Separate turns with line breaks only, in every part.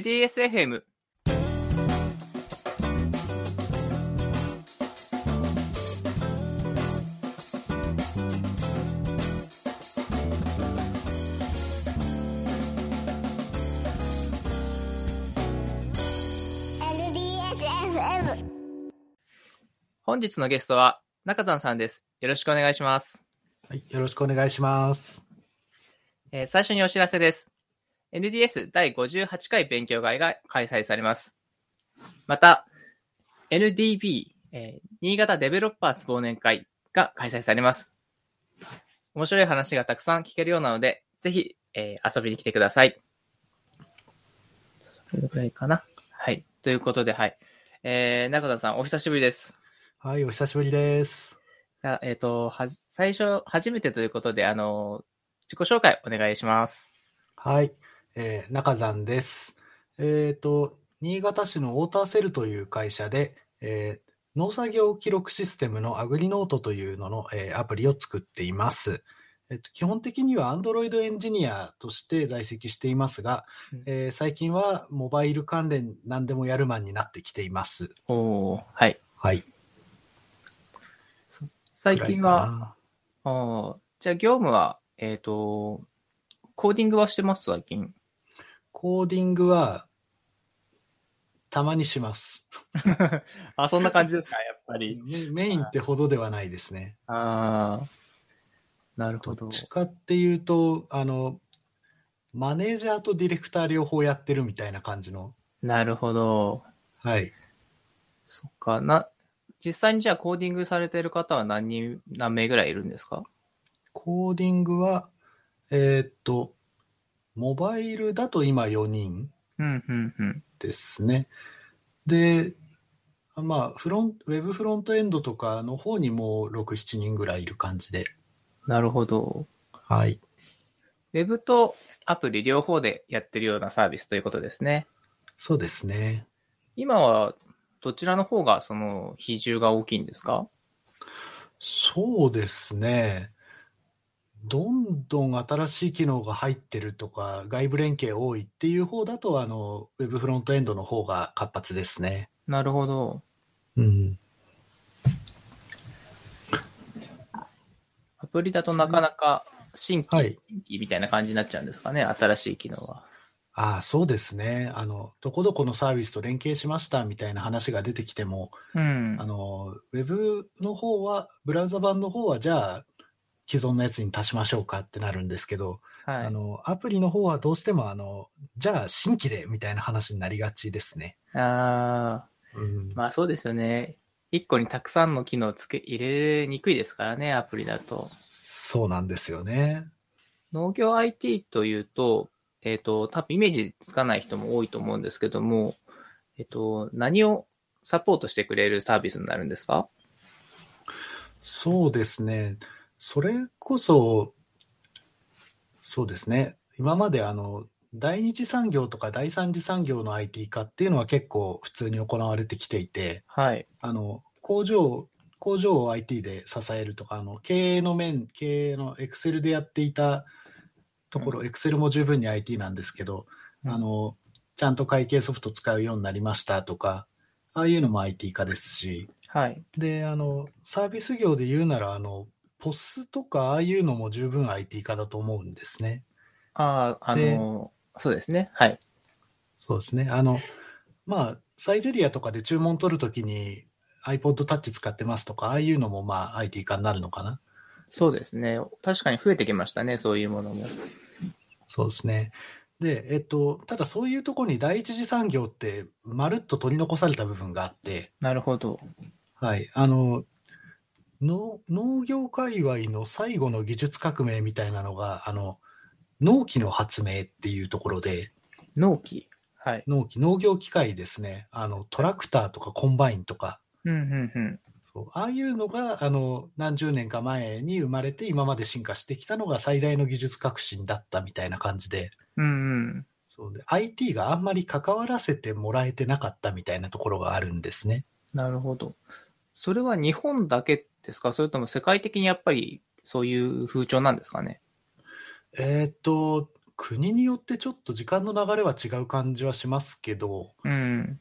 ｎdsfm
LDSFM
本日のゲストは中山さんです。よろしくお願いします。
はい、よろしくお願いします。
えー最初にお知らせです。NDS 第58回勉強会が開催されます。また、NDB、えー新潟デベロッパーズ忘年会が開催されます。面白い話がたくさん聞けるようなので、ぜひ、えー遊びに来てください。それぐらいかな。はい。ということで、はい。えー中田さん、お久しぶりです。
はい、お久しぶりです。
じゃあえっ、と、はじ、最初、初めてということで、あの自己紹介お願いします。
はい、えー中山です。えっ、と、新潟市のウォーターセルという会社で、えー農作業記録システムのアグリノートというのの、えーアプリを作っています。えっと、基本的には Android エンジニアとして在籍していますが
うん、
えー最近はモバイル関連何でもやるマンになってきています。
おー、はい。
はい。
最近は、
は。
あーじゃあ業務は、えっ、と、コーディングはしてます、最近。
コーディングは、たまにします。
あ、そんな感じですか、やっぱり。
メメインってほどではないですね。
ああ、なる
ど
ほ
っ
ど。
ちかっていうと、あの、マネージャーとディレクター両方やってるみたいな感じの。
なるほど。
はい。
そっか、な、実際にじゃあコーディングされてる方は何人、何名ぐらいいるんですか
コーディングは、えーっと、モバイルだと今4人
うん、うん、うん。
ですね。で、まあ、フロン、ウェブフロントエンドとかの方にもう6、7人ぐらいいる感じで。
なるほど。
はい。
ウェブとアプリ両方でやってるようなサービスということですね。
そうですね。
今は、どちらの方が、その、比重が大きいんですか
そうですね。どんどん新しい機能が入ってるとか、外部連携多いっていう方だと、あの、ウェブフロントエンドの方が活発ですね。
なるほど。
うん。
アプリだとなかなか新規、
はい
新規みたいな感じになっちゃうんですかね、新しい機能は。
ああ、そうですね。あの、どこどこのサービスと連携しましたみたいな話が出てきても、
うん
あ。の、ウェブの方は、ブラウザ版の方は、じゃあ、既存のやつに足しましょうかってなるんですけど、
は
あ
い。
の、アプリの方はどうしても、あの、じゃあ、新規でみたいな話になりがちですね。
あ
うん
ーまあそうですよね。一個にたくさんの機能つけ、入れにくいですからね、アプリだと。
そうなんですよね。
農業 IT というと、えっ、と、多分イメージつかない人も多いと思うんですけども、えっ、と、何をサポートしてくれるサービスになるんですか
そうですね。それこそ、そうですね。今まであの、第二次産業とか第三次産業の IT 化っていうのは結構普通に行われてきていて、
はい。
あの、工場、工場を IT で支えるとか、あの、経営の面、経営の Excel でやっていたところ、Excel も十分に IT なんですけど、あの、ちゃんと会計ソフト使うようになりましたとか、ああいうのも IT 化ですし、
はい。
で、あの、サービス業で言うなら、あの、ポスとかああいうのも十分 IT 化だと思うんですね。
ああ、あの、そうですね。はい。
そうですね。あの、まあ、サイゼリアとかで注文取るときに iPod Touch 使ってますとか、ああいうのもまあ IT 化になるのかな。
そうですね。確かに増えてきましたね、そういうものも。
そうですね。で、えっと、ただそういうところに第一次産業ってまるっと取り残された部分があって、
なるほど。
はい、あの、の農業界隈の最後の技術革命みたいなのが、あの、農機の発明っていうところで、
納期。はい。
農機、農業機械ですね。あの、トラクターとかコンバインとか、
うん、うん、うん。
そうああいうのが、あの、何十年か前に生まれて、今まで進化してきたのが最大の技術革新だったみたいな感じで、
うん、うん。
そうで、IT があんまり関わらせてもらえてなかったみたいなところがあるんですね。
なるほど。それは日本だけですかそれとも世界的にやっぱりそういう風潮なんですかね
えーっと、国によってちょっと時間の流れは違う感じはしますけど、
うん。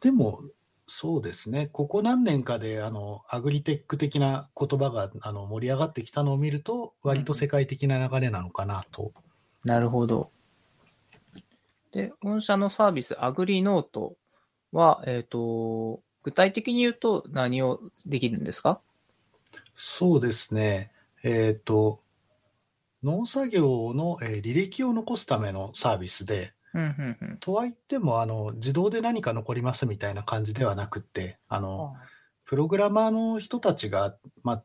でも、そうですね、ここ何年かであのアグリテック的な言葉があの盛り上がってきたのを見ると、割と世界的な流れなのかなと。
なるほど。で、御社のサービス、アグリノートは、えっ、と、具体的に言うと何をできるんですか
そうですね、えっ、と、農作業の、えー履歴を残すためのサービスで、
うん、うん、うん。
とはいってもあの自動で何か残りますみたいな感じではなくって、あのプログラマーの人たちが、まあ、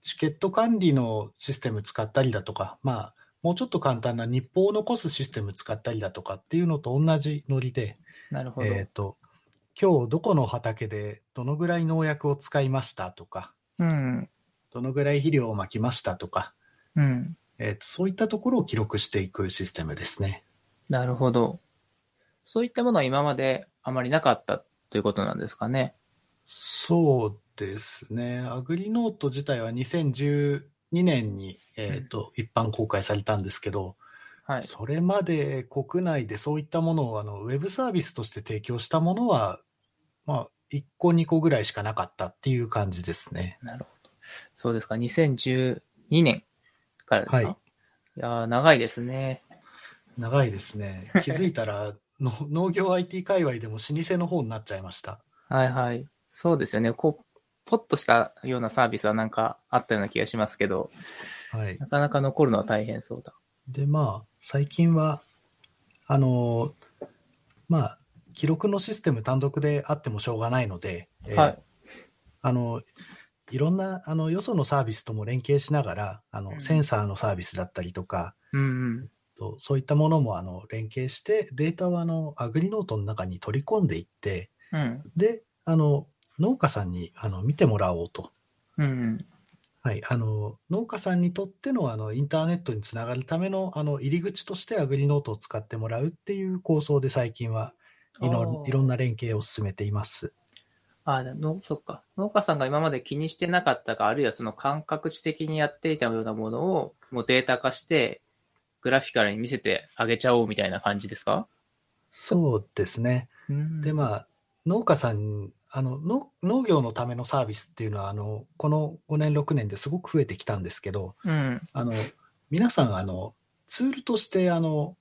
チケット管理のシステム使ったりだとか、まあ、もうちょっと簡単な日報を残すシステム使ったりだとかっていうのと同じノリで、
なるほど。
えっ、と、今日どこの畑でどのぐらい農薬を使いましたとか、
うん、
どのぐらい肥料をまきましたとか、
うん。
えーとそういったところを記録していくシステムですね。
なるほど。そういったものは今まであまりなかったということなんですかね。
そうですね。アグリノート自体は2012年に、えーと一般公開されたんですけど、
はい。
それまで国内でそういったものをあのウェブサービスとして提供したものは、まあ、1個2個ぐらいしかなかったっていう感じですね。
なるほど。そうですか。2012年からですか、
はい
いやー長いですね。
長いですね。気づいたら の農業 IT 界隈でも老舗の方になっちゃいました。
はいはい。そうですよね。こう、ポッとしたようなサービスはなんかあったような気がしますけど、
はい
な。かなか残るのは大変そうだ。
で、まあ、最近は、あの、まあ、記録のシステム単独であってもしょうがないので、えー
はい
あの、いろんな、あの、よそのサービスとも連携しながら、あ
う
の、
ん
センサーのサービスだったりとか、
うんうん。
とそういったものもあの連携してデータをあのアグリノートの中に取り込んでいって
うん。
であの農家さんにあの見てもらおうと、
うんうん。
はい、あの農家さんにとってのあのインターネットにつながるためのあの入り口としてアグリノートを使ってもらうっていう構想で最近はいろ
あー
いろんな連携を進めています。
あーの、そっか。農家さんが今まで気にしてなかったか、あるいはその感覚知的にやっていたようなものを、もうデータ化して、グラフィカルに見せてあげちゃおうみたいな感じですか
そうですね。で
あ、
まあ農家さんあの農農業のためのサービスっていうのはあのこの5年6年ですごく増えてきたんですけど
うん。
あの皆さんあのツールとしてあの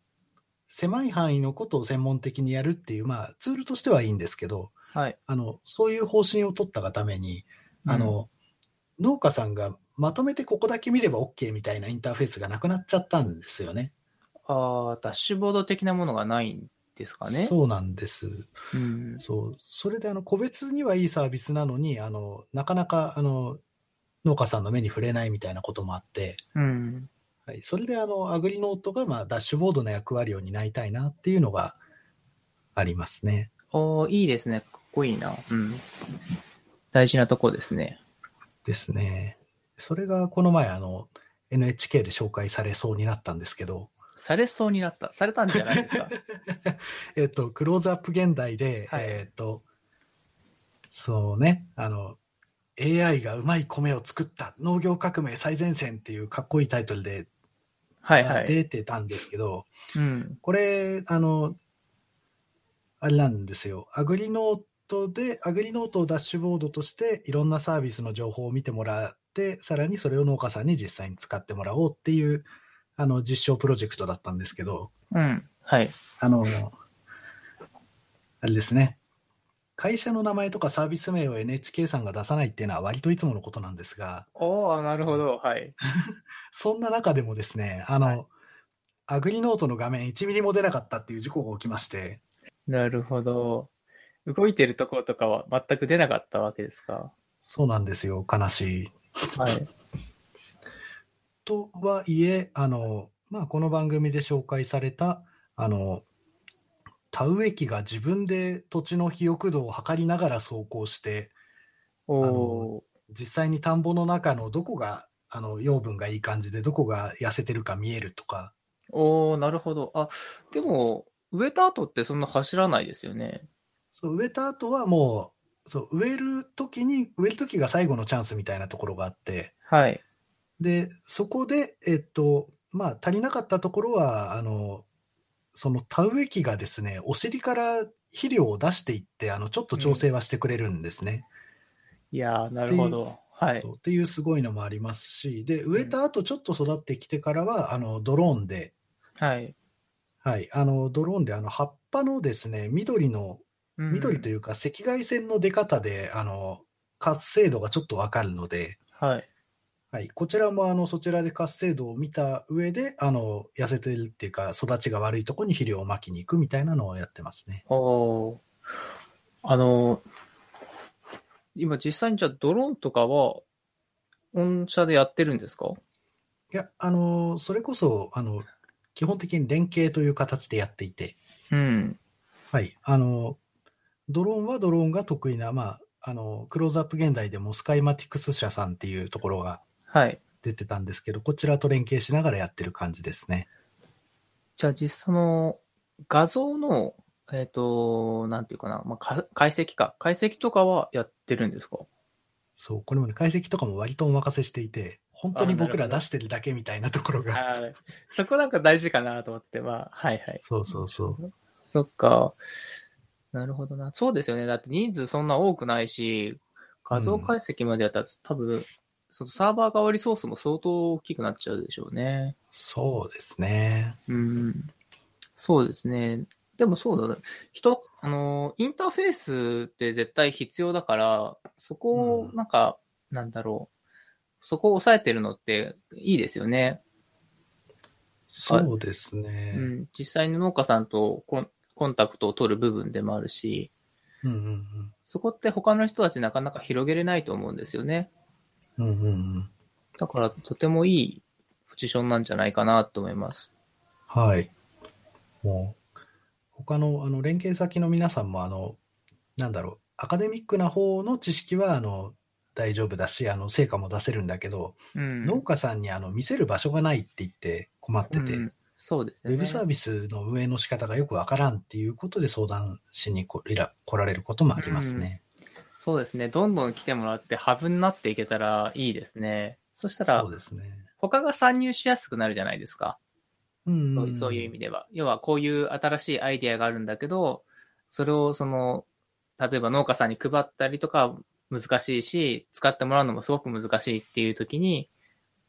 狭い範囲のことを専門的にやるっていう、まあ、ツールとしてはいいんですけど
はい。
あのそういう方針を取ったがためにあの、農家さんがまとめてここだけ見れば OK みたいなインターフェースがなくなっちゃったんですよね。
ああ、ダッシュボード的なものがないんですかね。
そうなんです。
う。ん。
そう、それであの個別にはいいサービスなのに、あのなかなかあの農家さんの目に触れないみたいなこともあって、
うん。
はい、それであのアグリノートが、まあ、ダッシュボードの役割を担いたいなっていうのがありますね。
おーいいですね。かっこいいな。うん。大事なとこですね。
ですね。それがこの前あの NHK で紹介されそうになったんですけど、
されそうになった。されたんじゃない ですか。
えっと、クローズアップ現代で、
はい
えっと、そうね、あの、AI がうまい米を作った農業革命最前線っていうかっこいいタイトルで
はいはい。
出てたんですけど、
うん。
これ、あの、あれなんですよ。アグリノートで、アグリノートをダッシュボードとして、いろんなサービスの情報を見てもらって、さらにそれを農家さんに実際に使ってもらおうっていう、あの、実証プロジェクトだったんですけど、
うん。はい。
あの、あれですね。会社の名前とかサービス名を NHK さんが出さないっていうのは割といつものことなんですが、
おおなるほど。はい。
そんな中でもですね、あの、
はい
アグリノートの画面1ミリも出なかったっていう事故が起きまして、
なるほど。動いてるところとかは全く出なかったわけですか。
そうなんですよ、悲しい。
はい。
とはいえ、あの、まあ、この番組で紹介された、あの、田植え機が自分で土地の肥沃度を測りながら走行して、
お
あ
お
の実際に田んぼの中のどこが、あの、養分がいい感じで、どこが痩せてるか見えるとか、
おおなるほど。あ、でも、植えた後ってそんな走らないですよね。
そう植えた後はもう、そう植える時に、植える時が最後のチャンスみたいなところがあって、
はい。
で、そこで、えっと、まあ、足りなかったところは、あの、その田植え機がですね、お尻から肥料を出していって、あの、ちょっと調整はしてくれるんですね。
いやー、なるほど。はい
そ。うっていうすごいのもありますし、で、植えた後ちょっと育ってきてからは、あの、ドローンで、
はい。
はい、あの、ドローンで、あの、葉っぱのですね、緑の、緑と
い
いうか赤外線の出方で、あの、活性度がちょっとわかるので、
うん。はい。
はい、こちらもあのそちらで活性度を見た上であの痩せてるっていうか育ちが悪いとこに肥料をまきに行くみたいなのをやってますね。
おーあのー、今実際にじゃあドローンとかは、御社でやってるんですか
いやあのそれこそあの基本的に連携という形でやっていて、
うん。
はい、あのドローンはドローンが得意な、まあ、あのクローズアップ現代でもスカイマティクス社さんっていうところが
はい。
出てたんですけどこちらと連携しながらやってる感じですね。
じゃあ実際の画像の、えっ、と、なんていうかな、まあか、解析か。解析とかはやってるんですか
そうこれもね解析とかも割とお任せしていて本当に僕ら出してるだけみたいなところが。
はい。そこなんか大事かなと思って、まあ、はいはい。
そうそうそう。
そっか。なるほどな。そうですよね。だって人数そんな多くないし、画像解析までやったら、多分、そのサーバー側リソースも相当大きくなっちゃうでしょうね。
そうですね。
うん。そうですね。でもそうだね。人、あの、インターフェースって絶対必要だから、そこを、
うん
なんか、なんだろう。そこを抑えてるのっていいですよね。
そうです
う
ね。
ん、実際に農家さんとコンコンタクトを取る部分でもあるし、
うんうん
そこって他の人たちなかなか広げれないと思うんですよね。
うん。うんうんうん。
だからとてもいいポジションなんじゃないかなと思います。
はい。もう、他の、あの、連携先の皆さんも、あの、なんだろう、アカデミックな方の知識は、あの、大丈夫だし、あの、成果も出せるんだけど、
うん。
農家さんに、あの、見せる場所がないって言って困ってて、
うんそうです
ウ
ね。
ェブサービスの運営の仕方がよくわからんっていうことで相談しにこいら来られることもありますね。
そうですね。どんどん来てもらってハブになっていけたらいいですね。そしたら
そう、ですね。
他が参入しやすくなるじゃないですか。
うんん
そうそういう意味では。要はこういう新しいアイデアがあるんだけど、それをその、例えば農家さんに配ったりとか難しいし、使ってもらうのもすごく難しいっていう時に、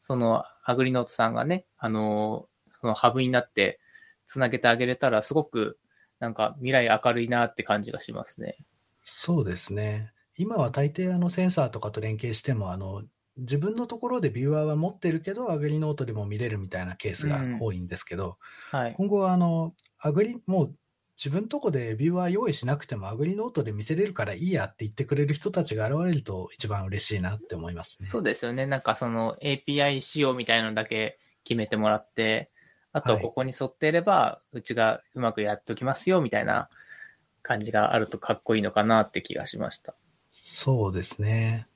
そのアグリノートさんがね、あの、そのハブになってつなげてあげれたらすごくなんか未来明るいなって感じがしますね。
そうですね。今は大抵あのセンサーとかと連携してもあの自分のところでビューアーは持ってるけどアグリノートでも見れるみたいなケースが多いんですけど、
はい。
今後はあのアグリもう自分とこでビューアー用意しなくてもアグリノートで見せれるからいいやって言ってくれる人たちが現れると一番嬉しいなって思いますね。
そうですよね。なんかその API 仕様みたいなのだけ決めてもらって、あと
はい
ここに沿っていれば、うちがうまくやっときますよみたいな感じがあるとかっこいいのかなって気がしました。
そうですね。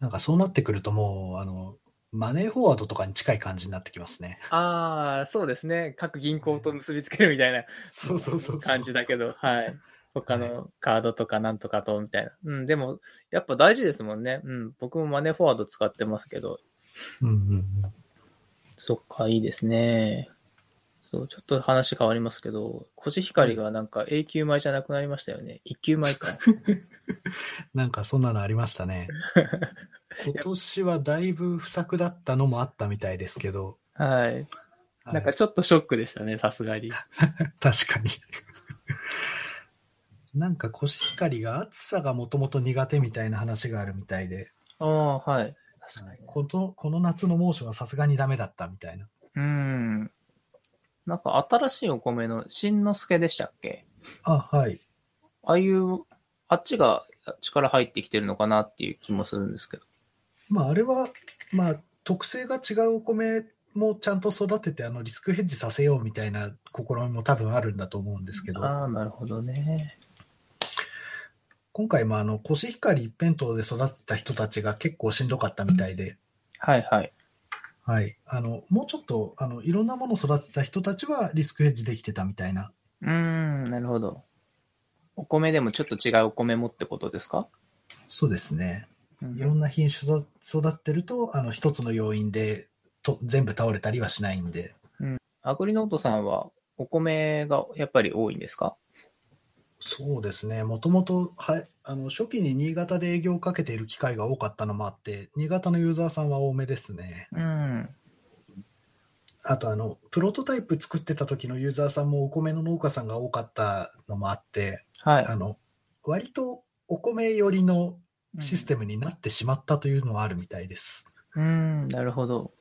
なんかそうなってくるともうあのマネーフォワードとかに近い感じになってきますね。
ああ、そうですね。各銀行と結びつけるみたいな
そうそうそうそう。
感じだけど、はい。他のカードとかなんとかとみたいな。うん、でもやっぱ大事ですもんね。うん、僕もマネーフォワード使ってますけど、
うんうんうん。
そっか、いいですね。そう、ちょっと話変わりますけど、コシヒカリがなんか永久米じゃなくなりましたよね。一級米 か。
なんかそんなのありまし たね。今年はだいぶ不作だったのもあったみたいですけど、
はい。
はい
なんかちょっとショックでしたね、さすがに。
確かに。 なんかコシヒカリが暑さがもともと苦手みたいな話があるみたいで、
ああ、はい。確かに。
このこの夏の猛暑はさすがにダメだったみたいな。
うん。なんか新しいお米の新之助でしたっけ
あ、はい。
ああいう、あっちが力入ってきてるのかなっていう気もするんですけど。
まああれは、まあ特性が違うお米もちゃんと育ててあのリスクヘッジさせようみたいな試みも多分あるんだと思うんですけど。
ああ、なるほどね。
今回もあのコシヒカリ一辺倒で育てた人たちが結構しんどかったみたいで、
はいはい。
はい、あのもうちょっとあのいろんなものを育てた人たちはリスクヘッジできてたみたいな
うーん、なるほど。お米でもちょっと違うお米もってことですか
そうですね
うん
いろんな品種育育ってるとあの一つの要因でと全部倒れたりはしないんで、
アグリノートさんはお米がやっぱり多いんですか
そうですね、もともとはいあの初期に新潟で営業をかけている機会が多かったのもあって、新潟のユーザーさんは多めですね。
うん。
あとあの、プロトタイプ作ってた時のユーザーさんもお米の農家さんが多かったのもあって、
はい。
あの割とお米寄りのシステムになってしまったというのはあるみたいです。
うん、うんなるほど。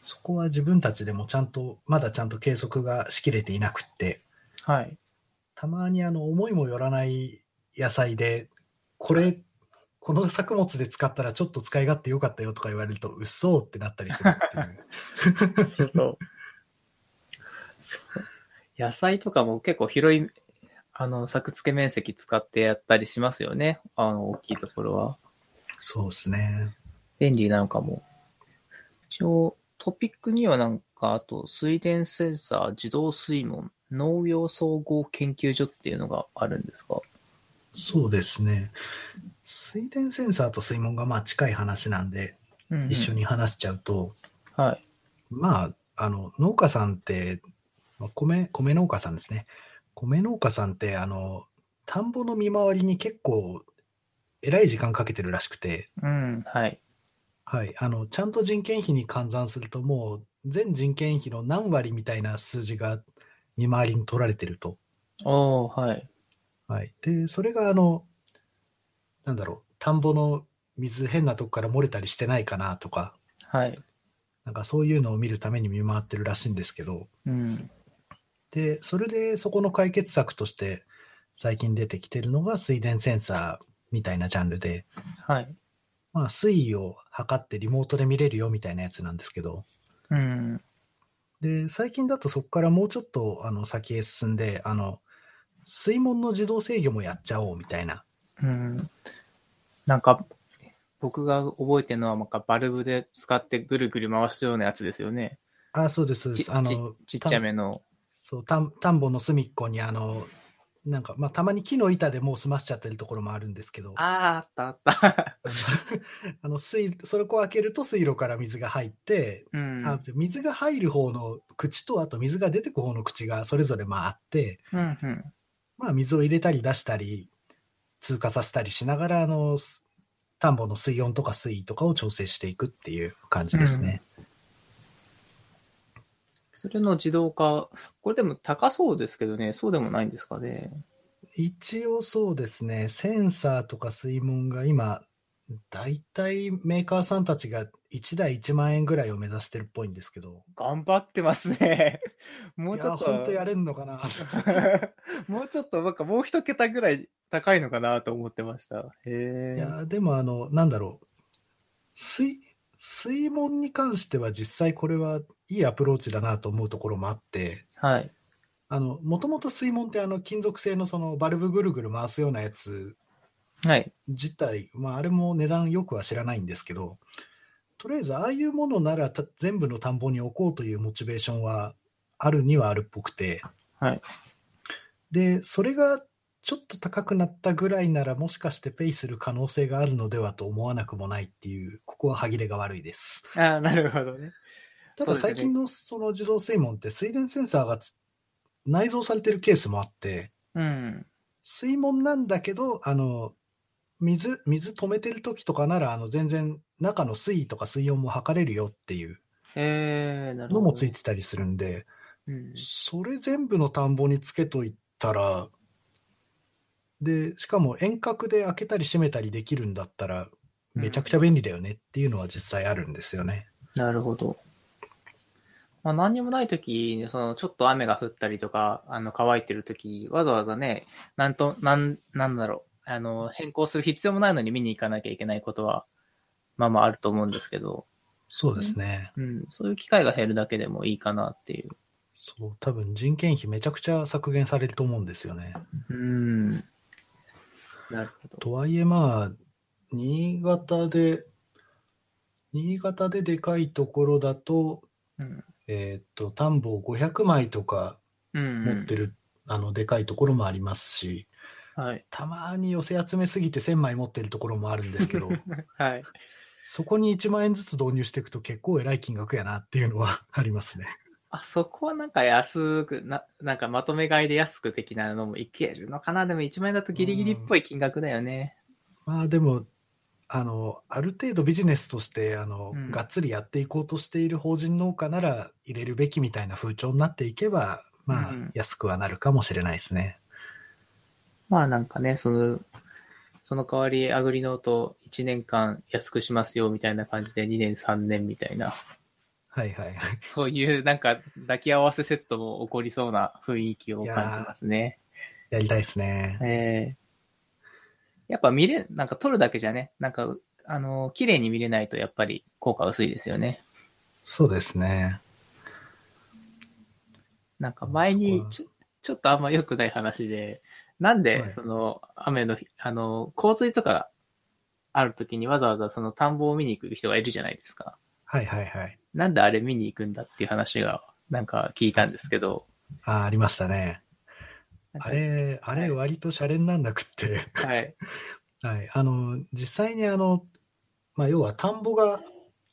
そこは自分たちでもちゃんと、まだちゃんと計測がしきれていなくって、
はい。
たまにあの思いもよらない野菜で、これ、この作物で使ったらちょっと使い勝手良かったよとか言われると、うっそーってなったりするっていう。
そうそう。野菜とかも結構広い、あの、作付け面積使ってやったりしますよね。あの、大きいところは。
そうですね。
便利なのかも。一応、トピックにはなんか、あと、水田センサー、自動水門、農業総合研究所っていうのがあるんですか
そうですね。水田センサーと水門がまあ近い話なんで、一緒。に話しちゃうと、
うんうんはい。
まあ、あの、農家さんって、まあ米、米農家さんですね。米農家さんって、あの、田んぼの見回りに結構、えらい時間かけてるらしくて、
うん、はい。
はい、あの、ちゃんと人件費に換算すると、もう、全人件費の何割みたいな数字が見回りに取られてると。
おー、はい。
はい。で、それが、あの、なんだろう、田んぼの水変なとこから漏れたりしてないかなとか、
はい。
なんかそういうのを見るために見回ってるらしいんですけど、
うん。
で、それでそこの解決策として最近出てきてるのが水田センサーみたいなジャンルで、
はい。
まあ水位を測ってリモートで見れるよみたいなやつなんですけど、
うん。
で、最近だとそこからもうちょっとあの先へ進んで、あの、水門の自動制御もやっちゃおうみたいな。
うん。なんか、僕が覚えてるのは、なんかバルブで使ってぐるぐる回すようなやつですよね。
あ、そうです、そうで
ち
す。あの、
ちっちゃめの。
そう田ん田んぼの隅っこにあの、なんか、まあ、たまに木の板でもう済ましちゃってるところもあるんですけど、
あー、あったあった。
あのあの水、それを開けると水路から水が入って、
うん。
あ水が入る方の口とあと水が出てく方の口がそれぞれまああって、
うん、うん。
まあ、水を入れたり出したり通過させたりしながらあのす田んぼの水温とか水位とかを調整していくっていう感じですね。
それの自動化、これでも高そうですけどね、そうでもないんですかね。
一応そうですねセンサーとか水門が今だいたいメーカーさんたちが1台1万円ぐらいを目指してるっぽいんですけど
頑張ってますね。 も
いう
ちょ
や
っと。
本当やれんのかな
もうちょっと、なんかもう一桁ぐらい高いのかなと思ってました。
い
へえ。
やでもあのなんだろう水水門に関しては実際これはいいアプローチだなと思うところもあって
はい。
あのもともと水門ってあの金属製のそのバルブぐるぐる回すようなやつ
はい。
自体、まあ、あれも値段よくは知らないんですけどとりあえずああいうものならた全部の田んぼに置こうというモチベーションはあるにはあるっぽくて、
はい
でそれがちょっと高くなったぐらいならもしかしてペイする可能性があるのではと思わなくもないっていうここは歯切れが悪いです
ああ、なるほどね。
た
そう
だ
ですね
最近のその自動水門って水田センサーがつ内蔵されてるケースもあって
うん。
水門なんだけど、あの、水、水止めてる時とかなら、あの、全然中の水位とか水温も測れるよっていう
へえ、なるほど。
のもついてたりするんで、
うん。
それ全部の田んぼにつけといたら、で、しかも遠隔で開けたり閉めたりできるんだったら、めちゃくちゃ便利だよねっていうのは実際あるんですよね。
なるほど。まあ、何にもないときに、その、ちょっと雨が降ったりとか、あの、乾いてるとき、わざわざね、なんと、なん、なんだろう、あの、変更する必要もないのに見に行かなきゃいけないことは、まあまああると思うんですけど、
そうですね。
うん、そういう機会が減るだけでもいいかなっていう。
そう、多分人件費めちゃくちゃ削減されると思うんですよね。
うん。なるほど。
とはいえまあ、新潟で、新潟ででかいところだと、
うん。
えーっと、田んぼを500枚とか
うん、
持ってる、あの、でかいところもありますし、
はい。
たまに寄せ集めすぎて1000枚持ってるところもあるんですけど、
はい。
そこに1万円ずつ導入していくと結構偉い金額やなっていうのはありますね。
あ、そこはなんか安く、な、なんかまとめ買いで安く的なのもいけるのかなでも1万円だとギリギリっぽい金額だよね。
まあでも、あの、ある程度ビジネスとして、あの、
うん
がっつりやっていこうとしている法人農家なら入れるべきみたいな風潮になっていけば、まあ
うん、
安くはなるかもしれないですね。
まあなんかね、その、その代わりアグリノート1年間安くしますよみたいな感じで2年3年みたいな、
はいはいはい。
そういうなんか抱き合わせセットも起こりそうな雰囲気を感じますね。
やりたいですね。
ええやっぱ見れ、なんか撮るだけじゃね、なんか、あの、綺麗に見れないとやっぱり効果薄いですよね。
そうですね。
なんか前
そ
に
こは
ちょ、ちょっとあんま良くない話で、なん
は
で
い、
その、雨の日、あの、洪水とかある時にわざわざその田んぼを見に行く人がいるじゃないですか。
はいはいはい。
なんであれ見に行くんだっていう話が、なんか聞いたんですけど。
あーありましたね。
なんか
あれ、あれ割とシャレになんなくって。
はい。
はい。あの、実際にあの、まあ要は田んぼが、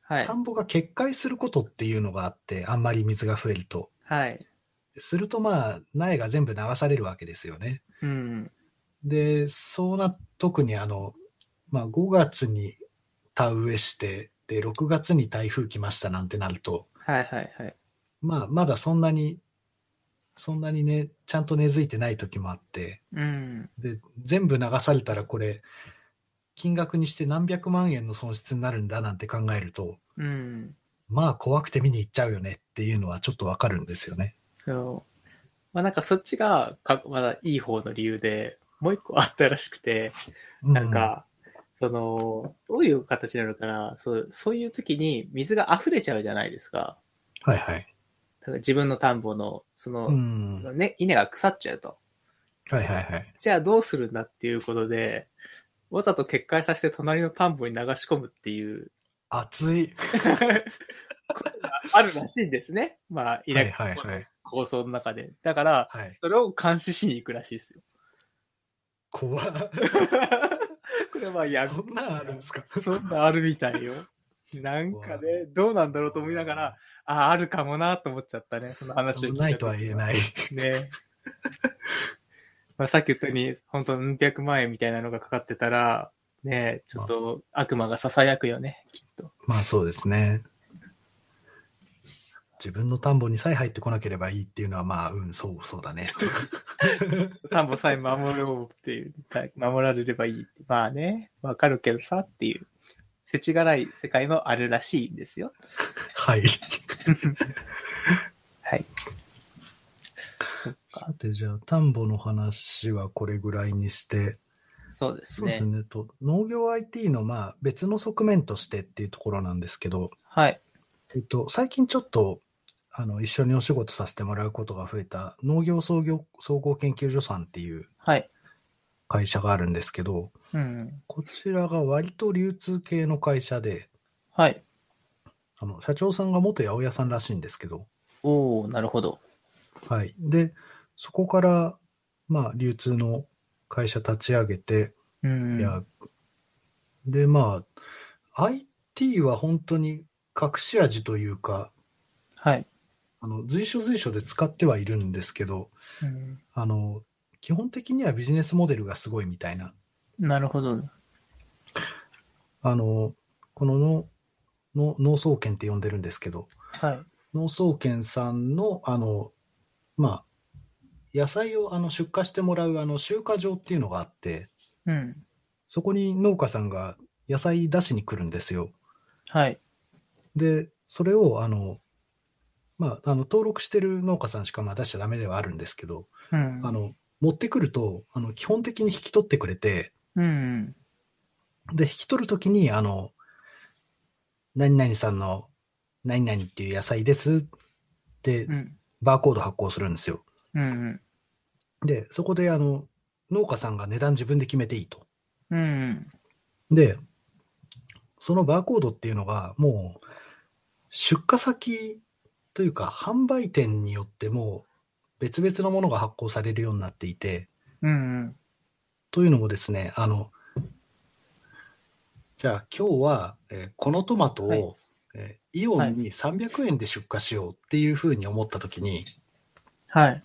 はい
田。んぼが決壊することっていうのがあって、あんまり水が増えると。
はい。
するとまあ、苗が全部流されるわけですよね。
うん。
で、そうな、特にあの、まあ5月に田植えして、で、6月に台風来ましたなんてなると、
はいはいはい。
まあまだそんなに、そんなにね、ちゃんと根付いてない時もあって、
うん。
で、全部流されたらこれ、金額にして何百万円の損失になるんだなんて考えると、
うん。
まあ怖くて見に行っちゃうよねっていうのはちょっとわかるんですよね。
そう。まあなんかそっちがか、まだいい方の理由で、もう一個あったらしくて、
う
なん、か、その、どういう形なのかな、そう、そういう時に水が溢れちゃうじゃないですか。
はいはい。
だから自分の田んぼの、その、
うん。はい
ね、稲が腐っちゃうと。
はいはい。
じゃあどうするんだっていうことで、わざと決壊させて隣の田んぼに流し込むっていう、
熱い。
ことがあるらしいんですね。まあ、イ
は
ラ
い
ク
はいはい。
構想の中で。だから、
はい。
それを監視しに行くらしいですよ。
怖い。
これはやる
そんなんあるんですか
そんなんあるみたいよ。なんかね、どうなんだろうと思いながら、ああ、あるかもなと思っちゃったね。その話を聞いた時
ないとは言えない。
ね。 まあさっき言ったように、本当何百万円みたいなのがかかってたら、ねちょっと悪魔が囁くよね、きっと。
まあそうですね。自分の田んぼにさえ入ってこなければいいっていうのはまあ、うん、そう、そ うだね。
田んぼさえ守ろうっていう、守られればいいって。まあね、わかるけどさっていう、世知辛い世界もあるらしいんですよ。
はい。
はい。
さて、じゃあ、田んぼの話はこれぐらいにして、
そうです
そうで
ね。
すね、と農業 IT のまあ別の側面としてっていうところなんですけど、
はい。
えっと、最近ちょっとあの一緒にお仕事させてもらうことが増えた農業総業総合研究所さんっていう
はい。
会社があるんですけど、
うん。
こちらが割と流通系の会社で、
はい。
あの社長さんが元八百屋さんらしいんですけど、
おおなるほど。
はい。で、そこから、まあ、流通の会社立ち上げて、
うん。
いや、で、まあ、IT は本当に隠し味というか、
はい。
あの、随所随所で使ってはいるんですけど、
うん
あの、基本的にはビジネスモデルがすごいみたいな。
なるほど。
あの、このの、の農総研って呼んでるんですけど、
はい。
農総研さんの、あの、まあ、野菜をあの出荷してもらうあの集荷場っていうのがあって、
うん。
そこに農家さんが野菜出しに来るんですよ。
はい。
で、それを、あの、まあ、あの、登録してる農家さんしかまあ出しちゃダメではあるんですけど、
うん。
あの、持ってくると、あの、基本的に引き取ってくれて、
うん。
で、引き取るときに、あの、何々さんの何々っていう野菜ですって
う、ん。
バーコード発行するんですよ。
うん。
で、そこで、あの、農家さんが値段自分で決めていいと。
うん。
で、そのバーコードっていうのが、もう、出荷先というか、販売店によっても、別々のものが発行されるようになっていて、
うん。
というのもですね、あの、じゃあ今日は、えーこのトマトを、
はい
えーイオンに300円で出荷しようっていうふうに思ったときに、
はい。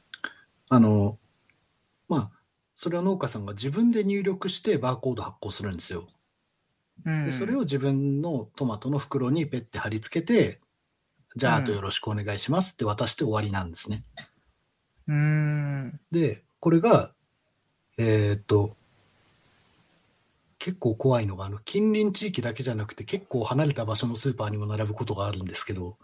あの、まあ、それを農家さんが自分で入力してバーコード発行するんですよ。
うん
でそれを自分のトマトの袋にペッて貼り付けて、じゃあ、
うん
あとよろしくお願いしますって渡して終わりなんですね。
うーん。
で、これが、えーっと、結構怖いのが、あの、近隣地域だけじゃなくて、結構離れた場所のスーパーにも並ぶことがあるんですけど、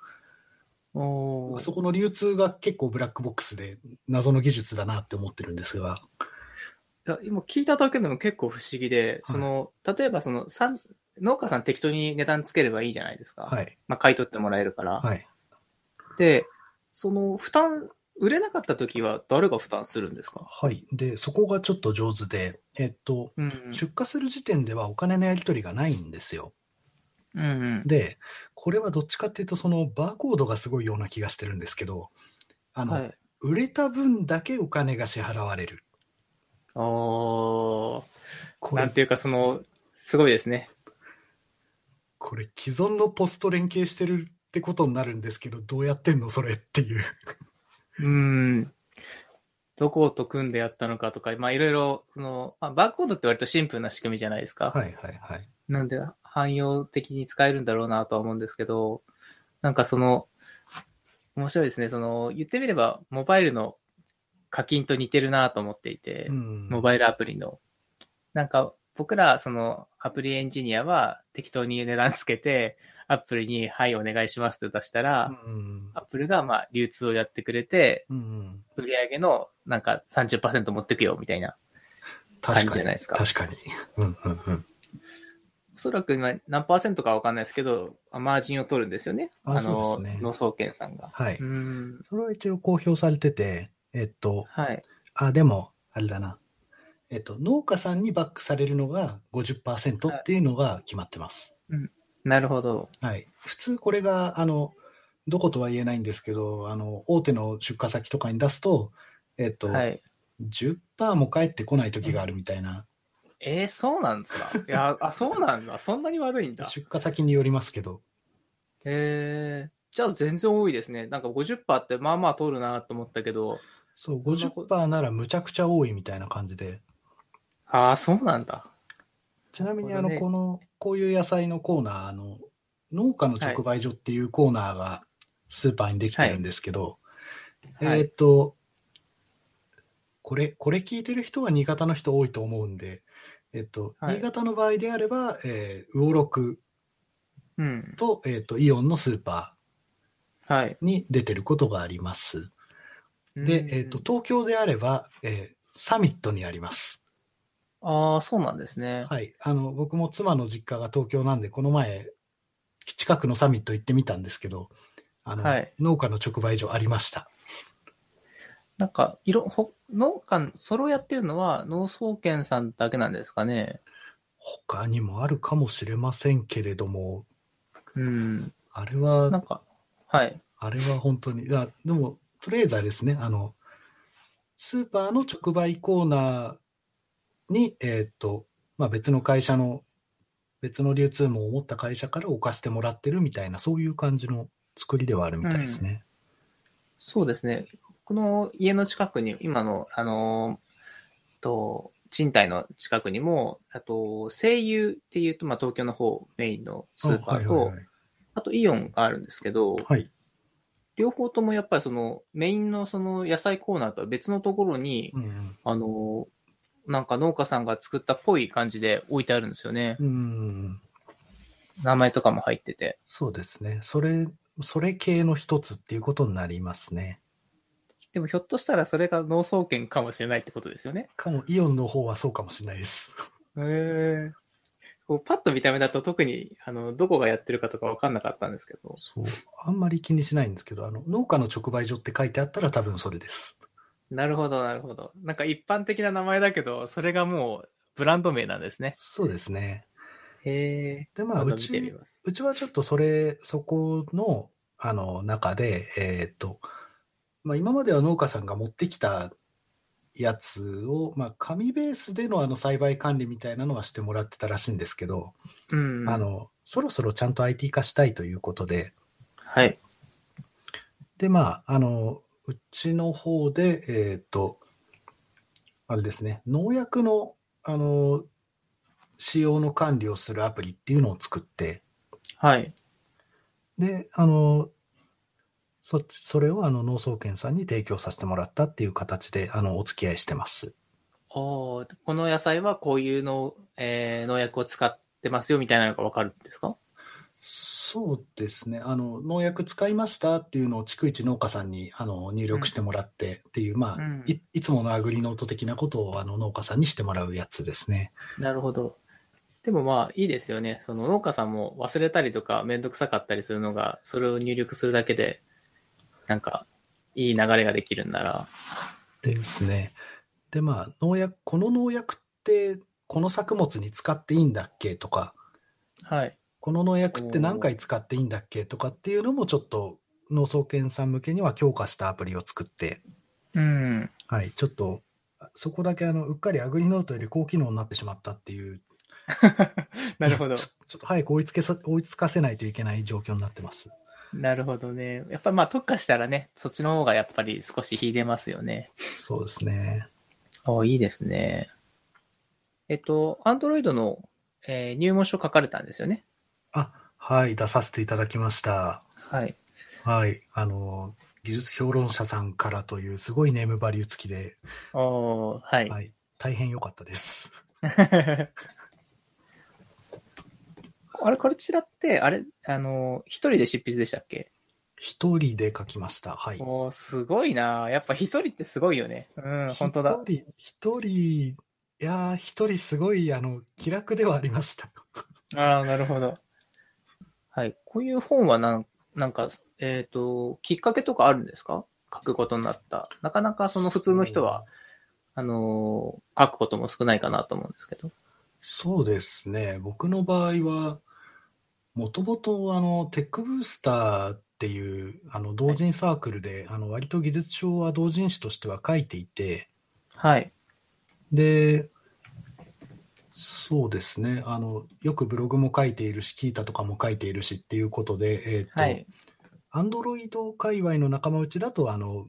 おー
そこの流通が結構ブラックボックスで、謎の技術だなって思ってるんですが、
いや今聞いただけでも結構不思議で、その、例えばその、さん農家さん適当に値段つければいいじゃないですか。
はい、
まあ、買い取ってもらえるから。
はい。
で、その、負担、売れなかった時は誰が負担するんですか
はい。で、そこがちょっと上手で、えーっと、
うん
出荷する時点ではお金のやり取りがないんですよ。
うん。うんうん。
で、これはどっちかっていうと、そのバーコードがすごいような気がしてるんですけど、あの、
はい。
売れた分だけお金が支払われる。
おー
こ
な
れ
んていうか、その、すごいですね。
これ既存のポスと連携してるってことになるんですけど、どうやってんのそれっていう。
うーん。どこと組んでやったのかとか、まあいろいろ、その、まあ、バーコードって割とシンプルな仕組みじゃないですか。
はいはいはい。
なんで、汎用的に使えるんだろうなとは思うんですけど、なんかその、面白いですね。その、言ってみれば、モバイルの課金と似てるなと思っていて、
うん
モバイルアプリの。なんか、僕ら、その、アプリエンジニアは適当に値段つけて、アップルに、はい、お願いしますって出したら、
うん
アップルが、まあ、流通をやってくれて、
うん、
売り上げの、なんか30%持ってくよ、みたいな。
確
感じ
か
じ
に
ゃないですか
確かに。うんうんうん、
おそらく、まあ、何パーセントかわかんないですけど、マージンを取るんですよね。
あそ
の、
うですね
農総研さんが。。
はいう
ん。
それは一応公表されてて、えっと、
はい。
あ、でも、あれだな。えっと、農家さんにバックされるのが50%っていうのが決まってます。
なるほど。
はい。普通これが、あの、どことは言えないんですけど、あの、大手の出荷先とかに出すと、えっと、
はい。
10%も返ってこない時があるみたいな、
えー、そうなんですか。いや、あ、そうなんだ。そんなに悪いんだ。
出荷先によりますけど、
えー、じゃあ全然多いですね。なんか50%ってまあまあ取るなと思ったけど、
そう、
そんなこと
50%ならむちゃくちゃ多いみたいな感じで、
ああ、そうなんだ。
ちなみに、
な
あ
るほ
の、
どね
この、こういう野菜のコーナー、あの、農家の直売所っていうコーナーがスーパーにできてるんですけど、
はい
えーっと、これ、これ聞いてる人は新潟の人多いと思うんで、えっと、
はい
新潟の場合であれば、えー、魚六
うん。
と、えーっと、イオンのスーパ
はい。
ーに出てることがあります。で
う、ん
えーっと、東京であれば、えーサミットにあります。
ああ、そうなんですね。
はい。あの、僕も妻の実家が東京なんで、この前、近くのサミット行ってみたんですけど、あの、
はい
農家の直売所ありました。
なんか、いろ、ほ、農家、それをやってるのは農総研さんだけなんですかね。
他にもあるかもしれませんけれども、
うん。
あれ
なん
は、
か、はい。
あれは本当に、あでも、とりあえずあれですね、あの、スーパーの直売コーナーに、えーっと、まあ、別の会社の、別の流通網を持った会社から置かせてもらってるみたいな、そういう感じの作りではあるみたいですね。
そうですね。僕の家の近くに、今の、あのーと、賃貸の近くにも、あと、西友っていうと、まあ、東京の方メインのスーパーと、
あはいはいはい
あとイオンがあるんですけど、
はい。
両方ともやっぱりその、メインのその野菜コーナーとは別のところに、
うんうん
あのーなんか農家さんが作ったっぽい感じで置いてあるんですよね。
うん、
名前とかも入ってて。
そうですね。それ、それ系の一つっていうことになりますね。
でもひょっとしたらそれが農総研かもしれないってことですよね。
かも、イオンの方はそうかもしれないです。
へえ。こうパッと見た目だと特に、あの、どこがやってるかとかわかんなかったんですけど。
そう。あんまり気にしないんですけど、あの、農家の直売所って書いてあったら多分それです。
なるほど、なるほど。なんか一般的な名前だけど、それがもうブランド名なんですね。
そうですね。
へえ。
で、まあ、
今度
う
見てみ
ち、
ます。
うちはちょっとそれ、そこの、あの、中で、えーっと、まあ、今までは農家さんが持ってきたやつを、まあ、紙ベースでのあの栽培管理みたいなのはしてもらってたらしいんですけど、
うん。
あ、の、そろそろちゃんと IT 化したいということで、
はい。
で、まあ、あの、うちの方で、えっ、と、あれですね、農薬の、あの、使用の管理をするアプリっていうのを作って、
はい。
で、あの、そ、それをあの農総研さんに提供させてもらったっていう形で、あの、お付き合いしてます。
おーこの野菜はこういうの、えー農薬を使ってますよみたいなのがわかるんですか
そうですね。あの、農薬使いましたっていうのを逐一農家さんに、あの、入力してもらってっていう、ま
う
あ、
ん
い、いつものアグリノート的なことをあの農家さんにしてもらうやつですね。
なるほど。でもまあいいですよね。その農家さんも忘れたりとかめんどくさかったりするのが、それを入力するだけで、なんかいい流れができるんなら。
ですね。で、まあ、農薬、この農薬って、この作物に使っていいんだっけとか、
はい。
この農薬って何回使っていいんだっけとかっていうのもちょっと農総研さん向けには強化したアプリを作って、
うん。
はい、ちょっと、そこだけあの、うっかりアグリノートより高機能になってしまったっていう、
なるほど
ちょ。ちょっと早く追いつけさ、追いつかせないといけない状況になってます。
なるほどね。やっぱりまあ特化したらね、そっちの方がやっぱり少し秀でますよね。
そうですね。
おいいですね。えっと、アンドロイドの、えー入門書書かれたんですよね。
あ、はい、出させていただきました。
はい。
はい、あの、技術評論者さんからというすごいネームバリュー付きで、
おーはい。
はい、大変良かったです。
あれ、これちらって、あれ、あの、一人で執筆でしたっけ
一人で書きました。はい。
おーすごいなやっぱ一人ってすごいよね。うん、本当だ。
一人、一人、いやー、一人すごい、あの、気楽ではありました。
ああ、なるほど。はい。こういう本はなん、なんか、えっ、と、きっかけとかあるんですか書くことになった。なかなかその普通の人は、あのー書くことも少ないかなと思うんですけど。
そうですね。僕の場合は、もともと、あの、テックブースターっていう、あの、同人サークルで、あの、割と技術書は同人誌としては書いていて、
はい。
で、そうですね。あの、よくブログも書いているし、キータとかも書いているしっていうことで、えっと、
はい。
アンドロイド界隈の仲間内だと、あの、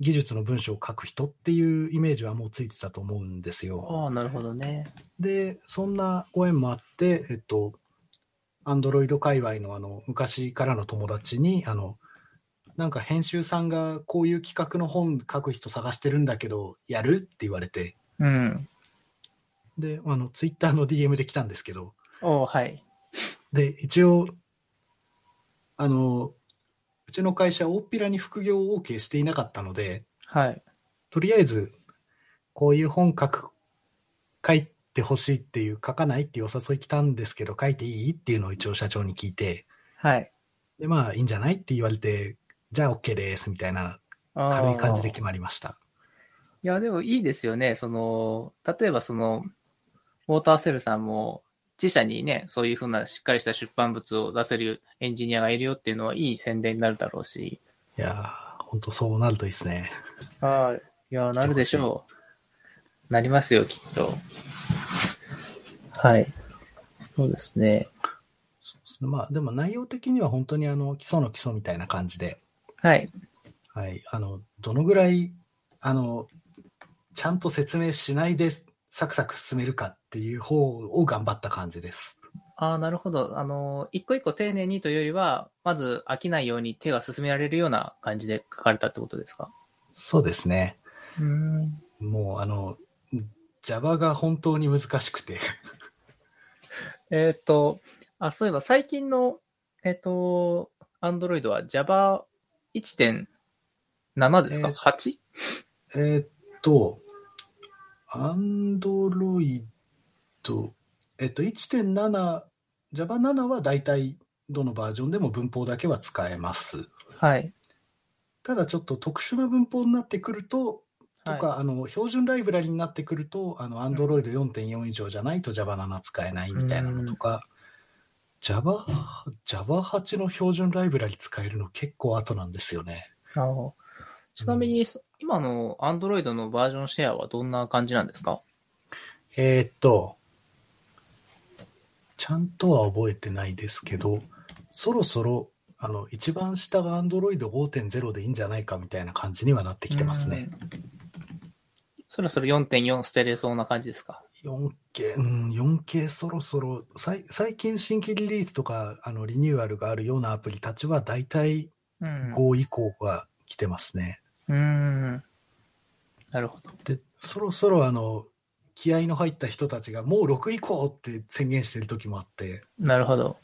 技術の文章を書く人っていうイメージはもうついてたと思うんですよ。
ああ、なるほどね。
で、そんなご縁もあって、えっと、アンドロイド界隈のあの、昔からの友達に、あの、なんか編集さんがこういう企画の本書く人探してるんだけど、やるって言われて、
うん。
で、あの、ツイッターの DM で来たんですけど、
おーはい。
で、一応、あの、うちの会社大っぴらに副業を OK していなかったので、
はい。
とりあえず、こういう本書く、書いてほしいっていう、書かないっていうお誘い来たんですけど、書いていいっていうのを一応社長に聞いて、
はい。
で、まあ、いいんじゃないって言われて、じゃあ OK です、みたいな
あー
軽い感じで決まりました。
いや、でもいいですよね。その、例えばその、ウォーターセルさんも、自社にね、そういうふうなしっかりした出版物を出せるエンジニアがいるよっていうのはいい宣伝になるだろうし。
いやー、ほんとそうなるといいですね。
はい。いや、なるでしょう。なりますよ、きっと。はい。そうですね。
まあ、でも内容的には本当にあの、基礎の基礎みたいな感じで、
はい。
はい、あの、どのぐらい、あの、ちゃんと説明しないで、サクサク進めるかっていう方を頑張った感じです。
ああ、なるほど。あの、一個一個丁寧にというよりは、まず飽きないように手が進められるような感じで書かれたってことですか
そうですね。
うん。
もう、あの、Java が本当に難しくて。
えーっと、あ、そういえば最近の、えーっと、Android は Java1.7 ですか、
えー
?8?
えーっと、Android、えっと、1.7、Java7 は大体どのバージョンでも文法だけは使えます。
はい。
ただちょっと特殊な文法になってくると、とか、
は
あの、標準ライブラリになってくると、あの、Android 4.4以上じゃないと Java7 使えないみたいなのとか、Java、Java8 の標準ライブラリ使えるの結構後なんですよね。
い、あのちなみに、今の Android のバージョンシェアはどんな感じなんですか
えーっと、ちゃんとは覚えてないですけど、そろそろ、あの、一番下が Android 5.0でいいんじゃないかみたいな感じにはなってきてますね。
そろそろ4.4捨てれそうな感じですか
4K、うん、4K そろそろ、さい最近新規リリースとか、あの、リニューアルがあるようなアプリたちは、大体
うん。
5以降が来てますね。
うん。なるほど。
で、そろそろ、あの、気合の入った人たちが、もう6以降って宣言してる時もあって、
なるほど。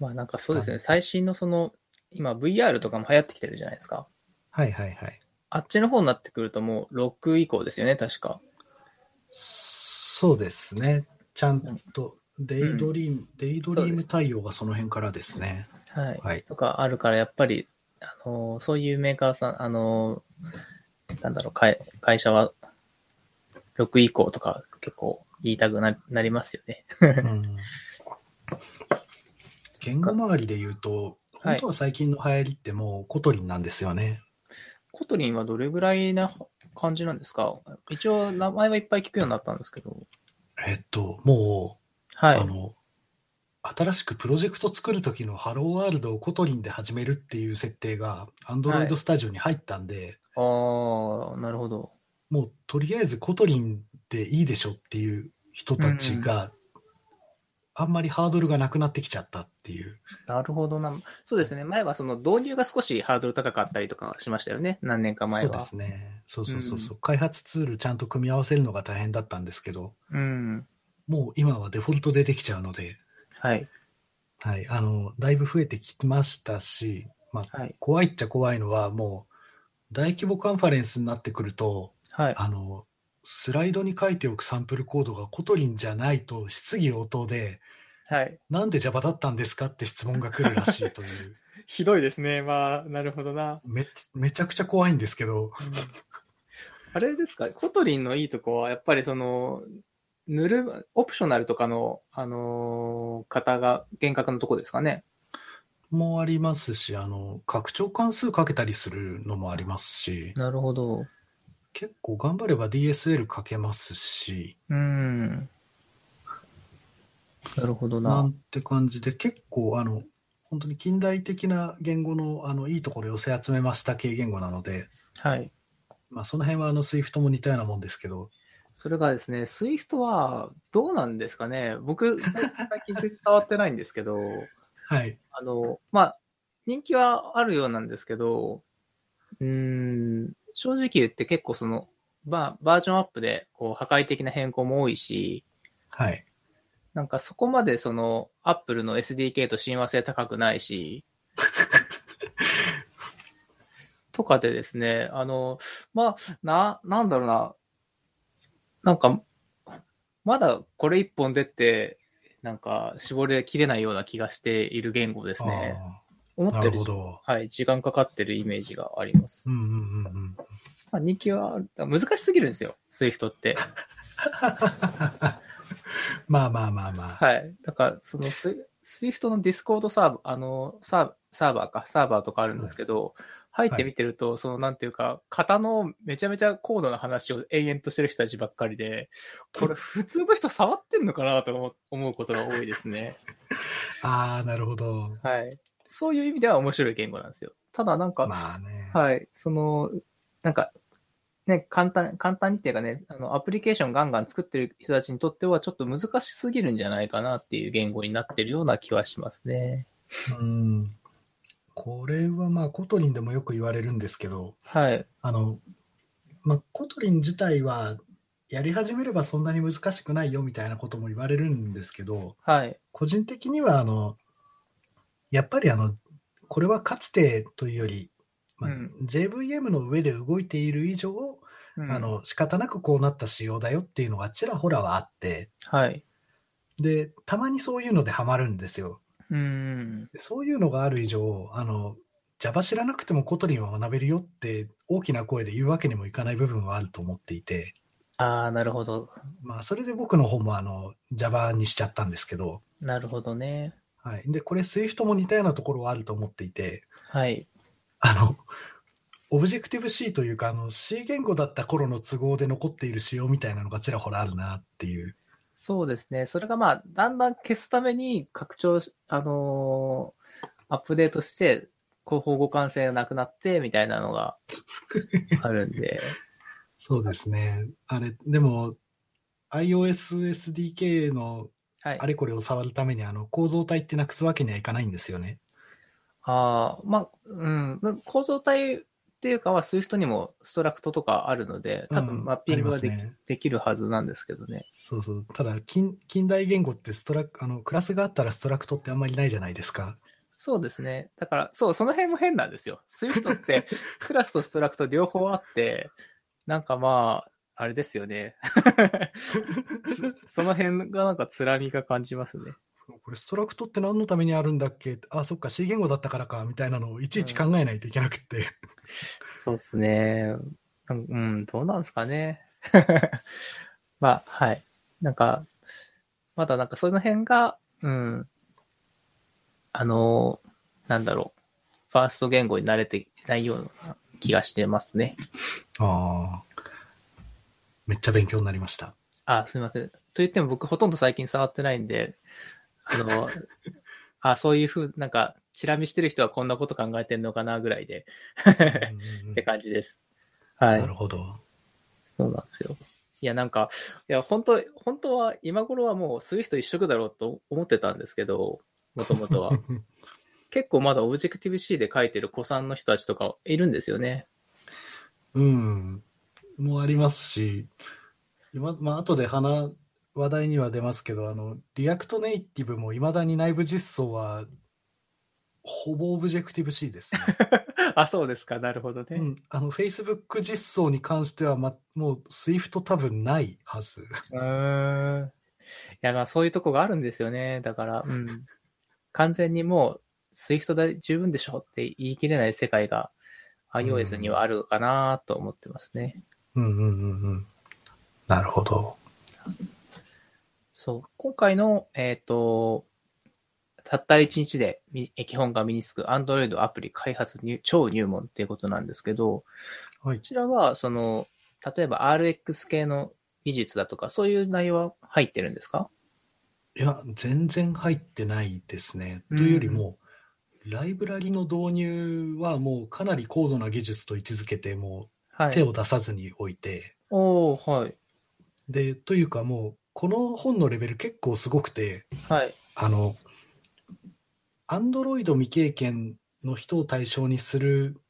まあなんかそうですね、最新のその、今 VR とかも流行ってきてるじゃないですか。
はいはいはい。
あっちの方になってくるともう6以降ですよね、確か。
そうですね。ちゃんと、デイドリーム、デイドリーム対応がその辺からですね。
はい。
はい
とかあるから、やっぱり、あのーそういうメーカーさん、あのーなんだろう会、会社は6以降とか結構言いたくななりますよね。
うん言語周りで言うと、
はい
本当は最近の流行りってもうコトリンなんですよね。
コトリンはどれぐらいな感じなんですか一応名前はいっぱい聞くようになったんですけど。
えっと、もう、
はい
あ。の、新しくプロジェクト作る時のハローワールドをコトリンで始めるっていう設定が Android
はい
Studio に入ったんで、
ああ、なるほど。
もうとりあえずコトリンでいいでしょっていう人たちが、あんまりハードルがなくなってきちゃったっていう。
なるほどな。そうですね。前はその導入が少しハードル高かったりとかしましたよね。何年か前
そう
は。
ですね。そうそうそうそう、開発ツールちゃんと組み合わせるのが大変だったんですけど、
うん。
もう今はデフォルトでできちゃうので、
はい。
はい、あの、だいぶ増えてきましたし、まあ、
はい。
怖いっちゃ怖いのは、もう、大規模カンファレンスになってくると、
はい。
あの、スライドに書いておくサンプルコードがコトリンじゃないと質疑応答で、
はい。
なんで Java だったんですかって質問が来るらしい という、
ひどいですね。まあ、なるほどな。
め、めちゃくちゃ怖いんですけど、
あれですか、コトリンのいいとこは、やっぱりその、塗る、オプショナルとかの、あのー方が厳格のとこですかね。
もありますし、あの、拡張関数かけたりするのもありますし、
なるほど。
結構頑張れば DSL かけますし、
うん。なるほど
な
な。
んて感じで、結構、あの、本当に近代的な言語の、あの、いいところを寄せ集めました系言語なので、
はい。
まあ、その辺は、あの、Swift も似たようなもんですけど、
それがですね、スイストはどうなんですかね。僕、最近全然変わってないんですけど、
はい。
あの、まあ、人気はあるようなんですけど、うーん、正直言って結構その、バーバージョンアップでこう破壊的な変更も多いし、
はい。
なんかそこまでその、アップルの SDK と親和性高くない し、とかでですね、あの、まあ、な、なんだろうな、なんか、まだこれ一本出て、なんか絞れきれないような気がしている言語ですね。思っ
あー
た
な
よ
る
り
ほど。
はい、時間かかってるイメージがあります
う。んうんうん うん。
まあ、人気はある、難しすぎるんですよ、スイフトって。
まあまあまあまあ。
はい。だから、そのスイ、スイフトのディスコードサーバー、あの、サーサーバーか、サーバーとかあるんですけど、入ってみてると、その、なんていうか、型のめちゃめちゃ高度な話を延々としてる人たちばっかりで、これ普通の人触ってんのかなと思う思うことが多いですね。
ああ、なるほど。
はい。そういう意味では面白い言語なんですよ。ただ、なんか、
まあね。
はい、その、なんか、ね、簡単、簡単にっていうかね、あの、アプリケーションガンガン作ってる人たちにとっては、ちょっと難しすぎるんじゃないかなっていう言語になってるような気はしますね。
うん。これは、まあ、コトリンでもよく言われるんですけど、
はい。
あの、まあ、コトリン自体は、やり始めればそんなに難しくないよみたいなことも言われるんですけど、
はい。
個人的には、あの、やっぱりあの、これはかつてというより、まあ
うん
JVM の上で動いている以上、
うん
あ、の、仕方なくこうなった仕様だよっていうのがちらほらはあって、
はい。
で、たまにそういうのでハマるんですよ。
うーん。
でそういうのがある以上、あの、Java 知らなくてもコトリンは学べるよって大きな声で言うわけにもいかない部分はあると思っていて、
ああ、なるほど。
まあ、それで僕の方もあの Java にしちゃったんですけど、
なるほどね。
はい。で、これ Swift も似たようなところはあると思っていて、
はい。
あの、オブジェクティブ C というか、あの C 言語だった頃の都合で残っている仕様みたいなのがちらほらあるなっていう。
そうですね。それがまあ、だんだん消すために拡張し、あのーアップデートして、広報互換性がなくなって、みたいなのがあるん で。
そうですね。あれ、でも、iOS SDK の
はい。
あれこれを触るために、あの、構造体ってなくすわけにはいかないんですよね。
ああ、まあ、うん、構造体っていうかは Swift にもストラクトとかあるので、多
うん
分マッピングはでき,、
ありますね
できるはずなんですけどね。
そうそう。ただ、近近代言語ってストラク、あの、クラスがあったらストラクトってあんまりないじゃないですか。
そうですね。だから、そう、その辺も変なんですよ。Swift って、クラスとストラクト両方あって、なんかまあ、あれですよ ね。その辺がなんか辛みが感じますね。
これストラクトって何のためにあるんだっけあ、そっか、C 言語だったからか、みたいなのをいちいち考えないといけなくって。
そうですね。うんうん、どうなんですかね。 まあ、はい。なんか、まだなんかその辺が、うん、あの、なんだろう。ファースト言語に慣れてないような気がしてますね。
ああ。めっちゃ勉強になりま した。
あ、すみません。と言っても僕ほとんど最近触ってないんで、あの、 あ、そういうふう、なんか、チラ見してる人はこんなこと考えてんのかなぐらいで、
うんうんうん
って感じです。はい
な。る ほど。
そうなんですよ。いや、なんか、いや、本当本当は、今頃はもう Swift 一色だろうと思ってたんですけど、もともとは。 結構まだ Objective-C で書いてる子さんの人たちとかいるんですよね。
うん。もありますし、今、まあ、後で話、話題には出ますけど、あの、リアクトネイティブも未だに内部実装は、ほぼオブジェクティブ C ですね。
あ、そうですか。なるほどね。
うん。あの、Facebook 実装に関しては、ま、もう Swift 多分ないはず。
うーん。いや、まあそういうとこがあるんですよね。だから、うん。完全にもう Swift で十分でしょって言い切れない世界が iOS にはあるかなと思ってますね。
うんうんうんうん。なるほど。
そう。今回の、えっ、と、たった1日でみ基本が身につく Android アプリ開発入超入門っていうことなんですけど、
はい
こちらは、その、例えば RX 系の技術だとか、そういう内容は入ってるんですか
いや、全然入ってないですね。
うん
というよりも、ライブラリの導入はもうかなり高度な技術と位置づけて、も
は
う手
い。
を出さずに置いて、
おー、はい。
で、というかもう、この本のレベル結構すごくて、
はい。
あの、アンドロイド未経験の人を対象にする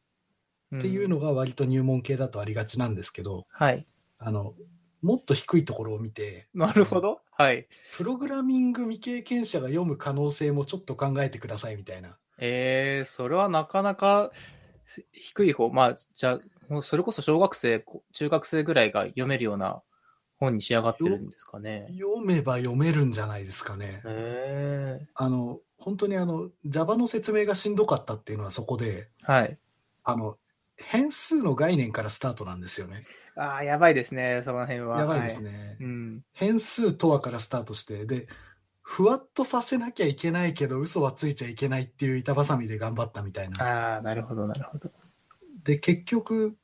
ん
っていうのが割と入門系だとありがちなんですけど、
はい。
あの、もっと低いところを見て、
なるほど。はい。
プログラミング未経験者が読む可能性もちょっと考えてくださいみたいな。
えー、それはなかなかす低い方。まあ、じゃあ、もうそれこそ小学生、こ中学生ぐらいが読めるような本に仕上がってるんですかね。
読めば読めるんじゃないですかね。
ええ
あの、本当にあの、Java の説明がしんどかったっていうのはそこで、
はい。
あの、変数の概念からスタートなんですよね。
ああ、やばいですね、その辺は。
やばいです
は
ね。
うん。
変数とはからスタートして、で、ふわっとさせなきゃいけないけど、嘘はついちゃいけないっていう板挟みで頑張ったみたいな。
ああ、なるほど、なるほど。
で、結局、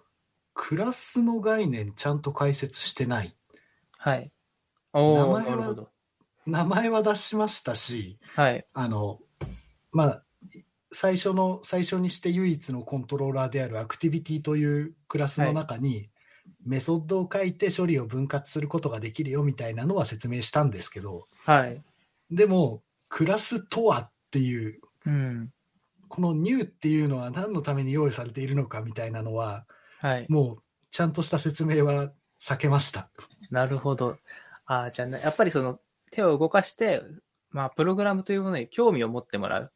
クラスの概念ちゃんと解説してない。
はい。おお、
名前
な
は
るほど。
名前は出しましたし、
はい。
あの、まあ、最初の、最初にして唯一のコントローラーであるアクティビティというクラスの中に、メソッドを書いて処理を分割することができるよみたいなのは説明したんですけど、
はい。
でも、クラスとはっていう、
うん。
この new っていうのは何のために用意されているのかみたいなのは、
はい。
もうちゃんとした説明は避けました。
なるほど。ああ、じゃあな、やっぱりその手を動かして、まあ、プログラムというものに興味を持ってもらう。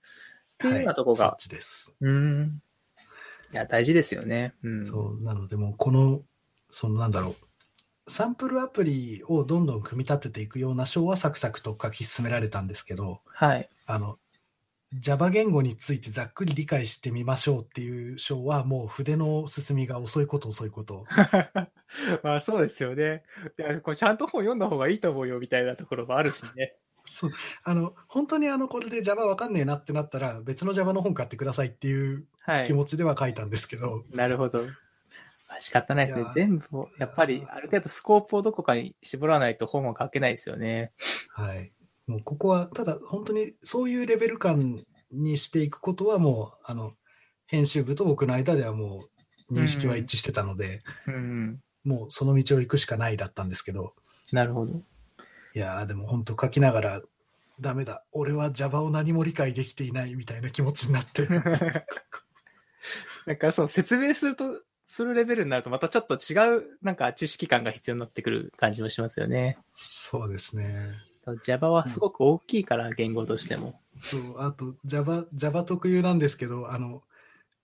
っていうようなとこ
はい
が
そっちです。
うん。いや、大事ですよね。うん。
そう、なのでもうこの、そのなんだろう、サンプルアプリをどんどん組み立てていくような章はサクサクと書き進められたんですけど、
はい。
あの、Java 言語についてざっくり理解してみましょうっていう章はもう筆の進みが遅いこと遅 いこと。
まあ、そうですよね。いや、これちゃんと本読んだ方がいいと思うよ、みたいなところもあるしね。
そう。あの、本当にあの、これで Java わかんねえなってなったら、別の Java の本買ってくださいっていう
はい
気。持ちでは書いたんですけど、
なるほど。まあ仕方ないです
い
ね
や。ー
全部を、やっぱり、ある程度スコープをどこかに絞らないと本は書けないですよね。
はい。もうここは、ただ本当にそういうレベル感にしていくことはもう、あの、編集部と僕の間ではもう認識は一致してたので、
うん。
もうその道を行くしかないだったんですけど、
なるほど。
いやーでも本当書きながら、ダメだ、俺は Java を何も理解できていないみたいな気持ちになって、
なんか、その説明すると、するレベルになると、またちょっと違う、なんか知識感が必要になってくる感じもしますよね。
そうですね。
Java はすごく大きいから、言語としても。
そう、あと Java、Java 特有なんですけど、あの、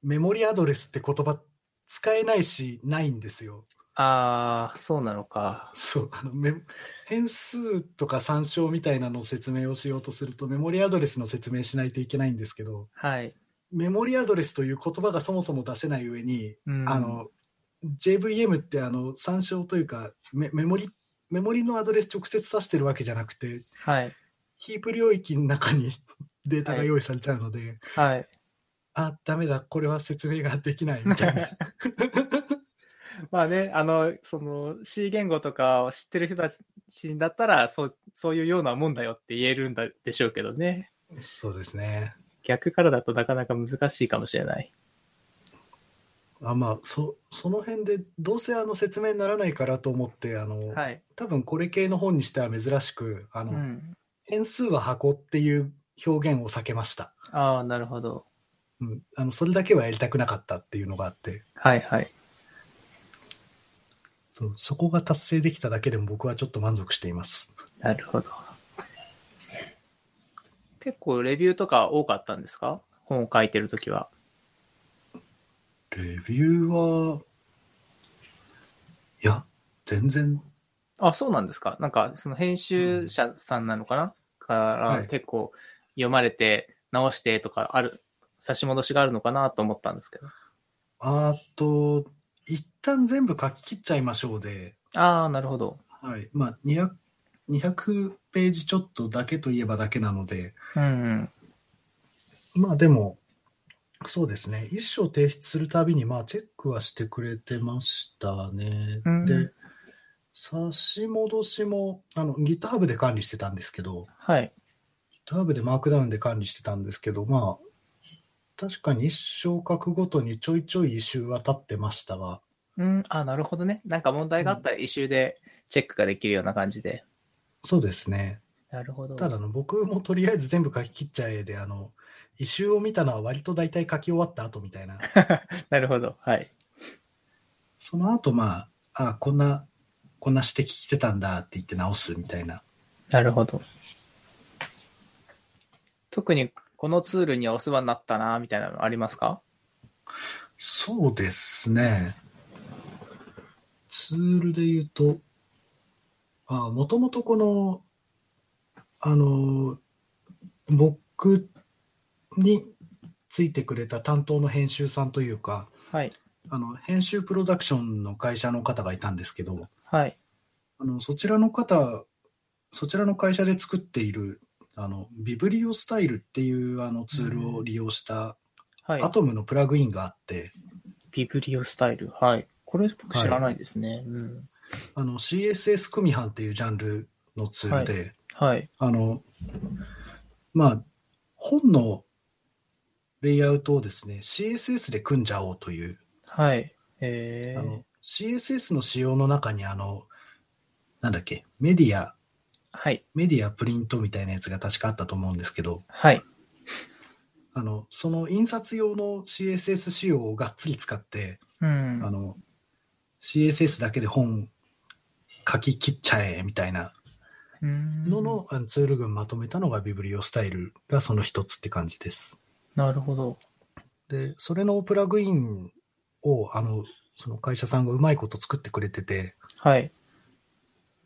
メモリアドレスって言葉使えないし、ないんですよ。
ああ、そうなのか。
そう、あの、メ変数とか参照みたいなのを説明をしようとすると、メモリアドレスの説明しないといけないんですけど、
はい。
メモリアドレスという言葉がそもそも出せない上に、
うん、
あ、の、JVM ってあの、参照というか、メメモリ、メモリのアドレス直接指してるわけじゃなくて、
はい。
ヒープ領域の中に データが用意されちゃうので、
はい。
あ、ダメだ、これは説明ができないみたいな。
まあね、あの、その C 言語とかを知ってる人たちだったら、そう、そういうようなもんだよって言えるんだでしょうけどね。
そうですね。
逆からだとなかなか難しいかもしれない。
あまあ、そ、その辺で、どうせあの説明にならないからと思って、あの、
はい。
多分これ系の本にしては珍しく、あ
う
の、
ん。
変数は箱っていう表現を避けました。
ああ、なるほど。
うん。あの、それだけはやりたくなかったっていうのがあって、
はいはい。
そう、そこが達成できただけでも僕はちょっと満足しています。
なるほど。結構レビューとか多かったんですか本を書いてるときは。
レビューは、いや、全然、
あ、そうなんですか。なんか、その編集者さんなのかな、か
は
ら
い
結構読まれて、直してとかある、差し戻しがあるのかなと思ったんですけど。
あと、一旦全部書き切っちゃいましょうで、
ああ、なるほど。
はい。まあ、200、200ページちょっとだけといえばだけなので、
うんうん。
まあでも、そうですね。一章提出するたびに、まあ、チェックはしてくれてましたね。
うん
で、差し戻しも、あの、GitHub で管理してたんですけど、
はい。
GitHub でマークダウンで管理してたんですけど、まあ、確かに一章書くごとにちょいちょい異臭は立ってましたが、
うん、あなるほどね。なんか問題があったら、異臭でチェックができるような感じで。
そうですね。
なるほど。
ただあの僕もとりあえず全部書き切っちゃえであの異臭を見たのは割と大体書き終わった後みたいな
なるほど。はい。
その後まああこんなこんな指摘来てたんだって言って直すみたいな
なるほど。特に、このツールにはお世話になったな、みたいなのありますか
そうですねツールで言うとあもともとこのあの僕についてくれた担当の編集さんというか
はい。
あの編集プロダクションの会社の方がいたんですけど、
はい。
あの、そちらの方、そちらの会社で作っている、あの、ビブリオスタイルっていうあのツールを利用した、
はい。
アトムのプラグインがあって、
ビブリオスタイル。はい。これ僕知らないですね。うん。
あの、CSS 組版っていうジャンルのツールで、
はい。
あの、まあ、本のレイアウトをですね、CSS で組んじゃおうという、
はい。え
あ
ー
の、CSS の仕様の中にあの、なんだっけ、メディア、
はい。
メディアプリントみたいなやつが確かあったと思うんですけど、
はい。
あの、その印刷用の CSS 仕様をがっつり使って、
うん。
あの、CSS だけで本書き切っちゃえ、みたいな
うん
のの、あのツール群まとめたのがビブリオスタイルがその一つって感じです。
なるほど。
で、それのプラグインを、あの、その会社さんがうまいこと作ってくれてて、
はい。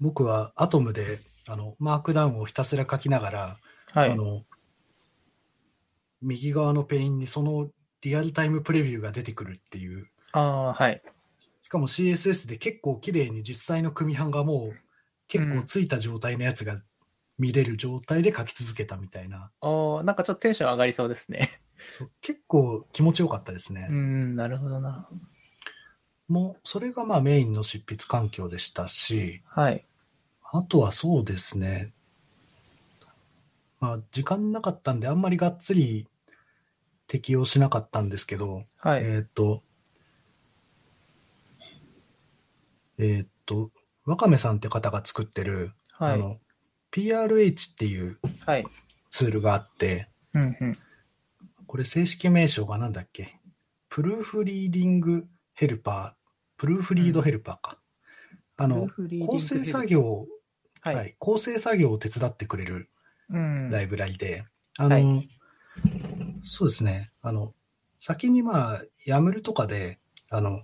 僕はアトムで、あの、マークダウンをひたすら書きながら、
はい。
あの、右側のペインにそのリアルタイムプレビューが出てくるっていう、
ああ、はい。
しかも CSS で結構綺麗に実際の組版がもう結構ついた状態のやつが見れる状態で書き続けたみたいな、
おーなんかちょっとテンション上がりそうですね。
結構気持ちよかったですね。
うん、なるほどな。
もう、それがまあメインの執筆環境でしたし、
はい。
あとはそうですね。まあ、時間なかったんで、あんまりがっつり適用しなかったんですけど、
はい。
えーっと、えーっと、わかめさんって方が作ってる、
は
あ
い。
の、PRH っていう
はい。
ツールがあって、
うんうん。
これ正式名称がなんだっけプルーフリーディングヘルパー、プルーフリードヘルパーか。あの、構成作
業。
業を、
は。
はいい、構成作業を手伝ってくれる
うん。
ライブラリで、あの、
は
そうですね、あの、先にまあ、ヤムルとかで、あの、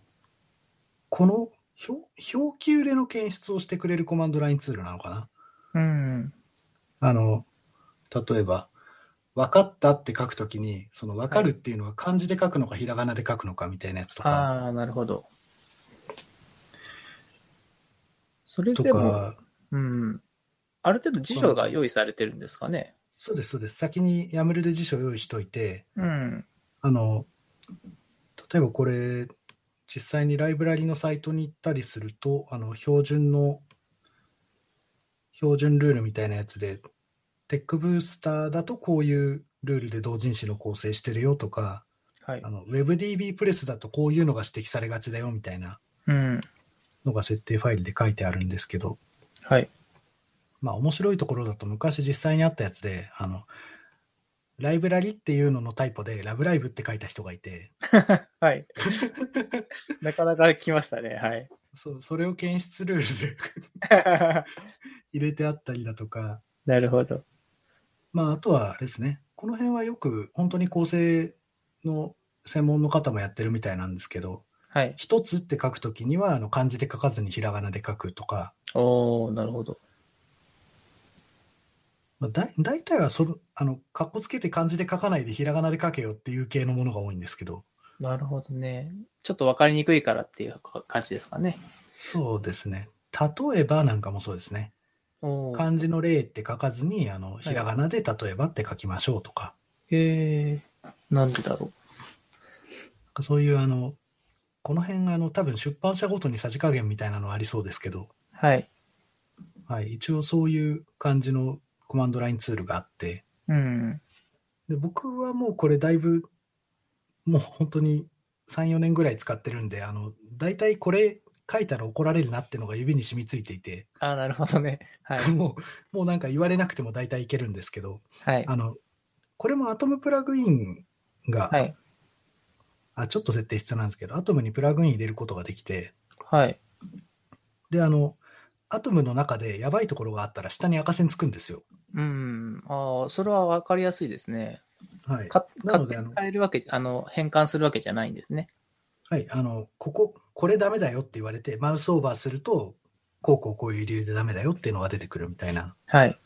この表、表記揺れの検出をしてくれるコマンドラインツールなのか
う
な
ん。
あの、例えば、分かったって書くときに、その分かるっていうのは漢字で書くのか、ひらがなで書くのかみたいなやつとか、
ああ、なるほど。それ
と
でも、
か、
うん。ある程度辞書が用意されてるんですかね。
そうです、そうです。先にヤムルで辞書用意しといて、
うん。
あの、例えばこれ、実際にライブラリのサイトに行ったりすると、あの、標準の、標準ルールみたいなやつで、テックブースターだとこういうルールで同人誌の構成してるよとか、
はい
あ。の、WebDB プレスだとこういうのが指摘されがちだよみたいな
うん。
のが設定ファイルで書いてあるんですけど、
はい。
まあ面白いところだと昔実際にあったやつで、あの、ライブラリっていうののタイプで、ラブライブって書いた人がいて、
はい。 なかなか来ましたね。はい。
そう、それを検出ルールで 入れてあったりだとか、
なるほど。
まあ、あとはあれですね、この辺はよく本当に構成の専門の方もやってるみたいなんですけど、
はい。
一つって書くときには、あの、漢字で書かずにひらがなで書くとか、
おおなるほど。
まあ、だ大体はその、あの、かっこつけて漢字で書かないでひらがなで書けよっていう系のものが多いんですけど、
なるほどね。ちょっと分かりにくいからっていうか感じですかね。
そうですね。例えばなんかもそうですね。
おー
漢字の例って書かずに、あの、
い
ひらがなで例えばって書きましょうとか、
へえ。なんでだろ
なんかそういうあの、この辺あの、多分出版社ごとにさじ加減みたいなのはありそうですけど、
う。はい。
はい、一応そういう感じのコマンドラインツールがあって、
うん。
で僕はもうこれだいぶ、もう本当に3、4年ぐらい使ってるんで、あの、大体これ書いたら怒られるなってのが指に染みついていて、
ああ、なるほどね。はい。
もう、もうなんか言われなくても大体いけるんですけど、
はい。
あの、これもアトムプラグインが、
はい。
あちょっと設定必要なんですけど、アトムにプラグイン入れることができて、
はい。
で、あの、アトムの中でやばいところがあったら下に赤線つくんですよ。
うん。ああ、それは分かりやすいですね。
はい。
か
なの
勝
で
手
あの
に変えるわけじゃ、あの、変換するわけじゃないんですね。
はい。あの、ここ、これダメだよって言われて、マウスオーバーすると、こうこうこういう理由でダメだよっていうのが出てくるみたいな。
はい。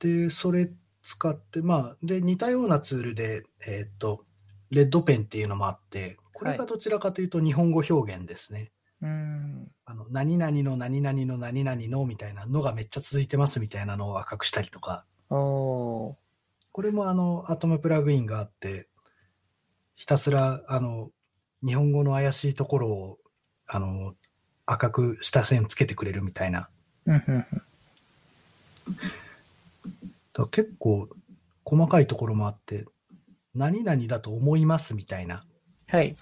で、それ使って、まあ、で、似たようなツールで、えーっと、レッドペンっていうのもあって、これがどちらかというと日本語表現ですね。
うん。
あの、何々の何々の何々のみたいなのがめっちゃ続いてますみたいなのを赤くしたりとか。
おお
これもあの、アトムプラグインがあって、ひたすら、あの、日本語の怪しいところを、あの、赤く下線つけてくれるみたいな。だか
ー。うんうん
ら結構、細かいところもあって、何々だと思いますみたいな、
はい。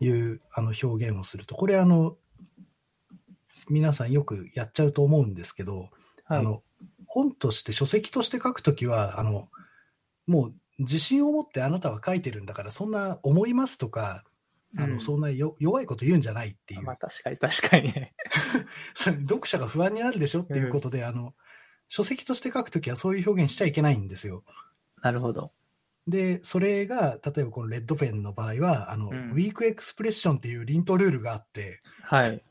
いう、あの、表現をすると。これあの、皆さんよくやっちゃうと思うんですけど、
はい。
あの、本として、書籍として書くときは、あの、もう自信を持ってあなたは書いてるんだから、そんな思いますとか、あ
うん
の、そんなよ弱いこと言うんじゃないっていう、
まあ確かに確かに。
それ読者が不安になるでしょっていうことで、あの、書籍として書くときはそういう表現しちゃいけないんですよ。
なるほど。
で、それが、例えばこのレッドペンの場合は、あの、
うん
ウィークエクスプレッションっていうリントルールがあって、
はい。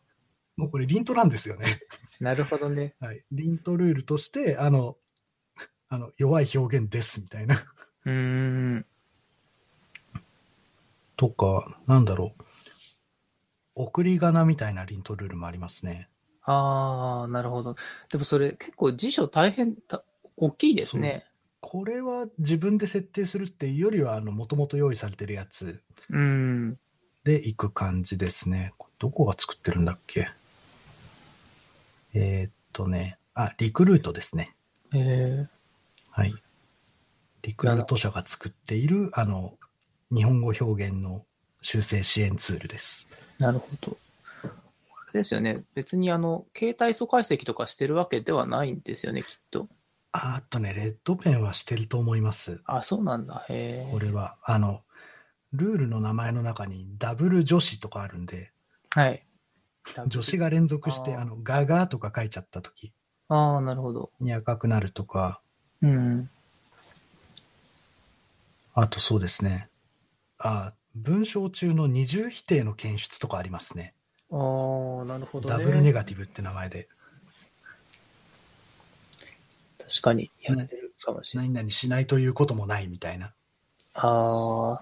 もうこれリントなんですよ ね。
なるほどね。
はい。リントルールとして、あの、あの、弱い表現ですみたいな。
うーん。
とか、なんだろう。送り仮名みたいなリントルールもありますね。
ああ、なるほど。でもそれ結構辞書大変た、大きいですね。
これは自分で設定するっていうよりは、あの、もともと用意されてるやつ
うん。
でいく感じですね。どこが作ってるんだっけえーっとね、あ、リクルートですね。
ええ
はい。リクルート社が作っている、あの、日本語表現の修正支援ツールです。
なるほど。あれですよね。別にあの、携帯素解析とかしてるわけではないんですよね、きっと。
ああとね、レッドペンはしてると思います。
あ、そうなんだ。へ
これは。あの、ルールの名前の中にダブル女子とかあるんで、
え。はい。
女子が連続して、
あー
あの、ガガーとか書いちゃった時
ああ、なるほど。
に赤くなるとか、
うん。
あとそうですね。あー文章中の二重否定の検出とかありますね。
ああ、なるほど、ね。
ダブルネガティブって名前で。
確かにやってるかもしれない。
何々しないということもないみたいな。
ああ。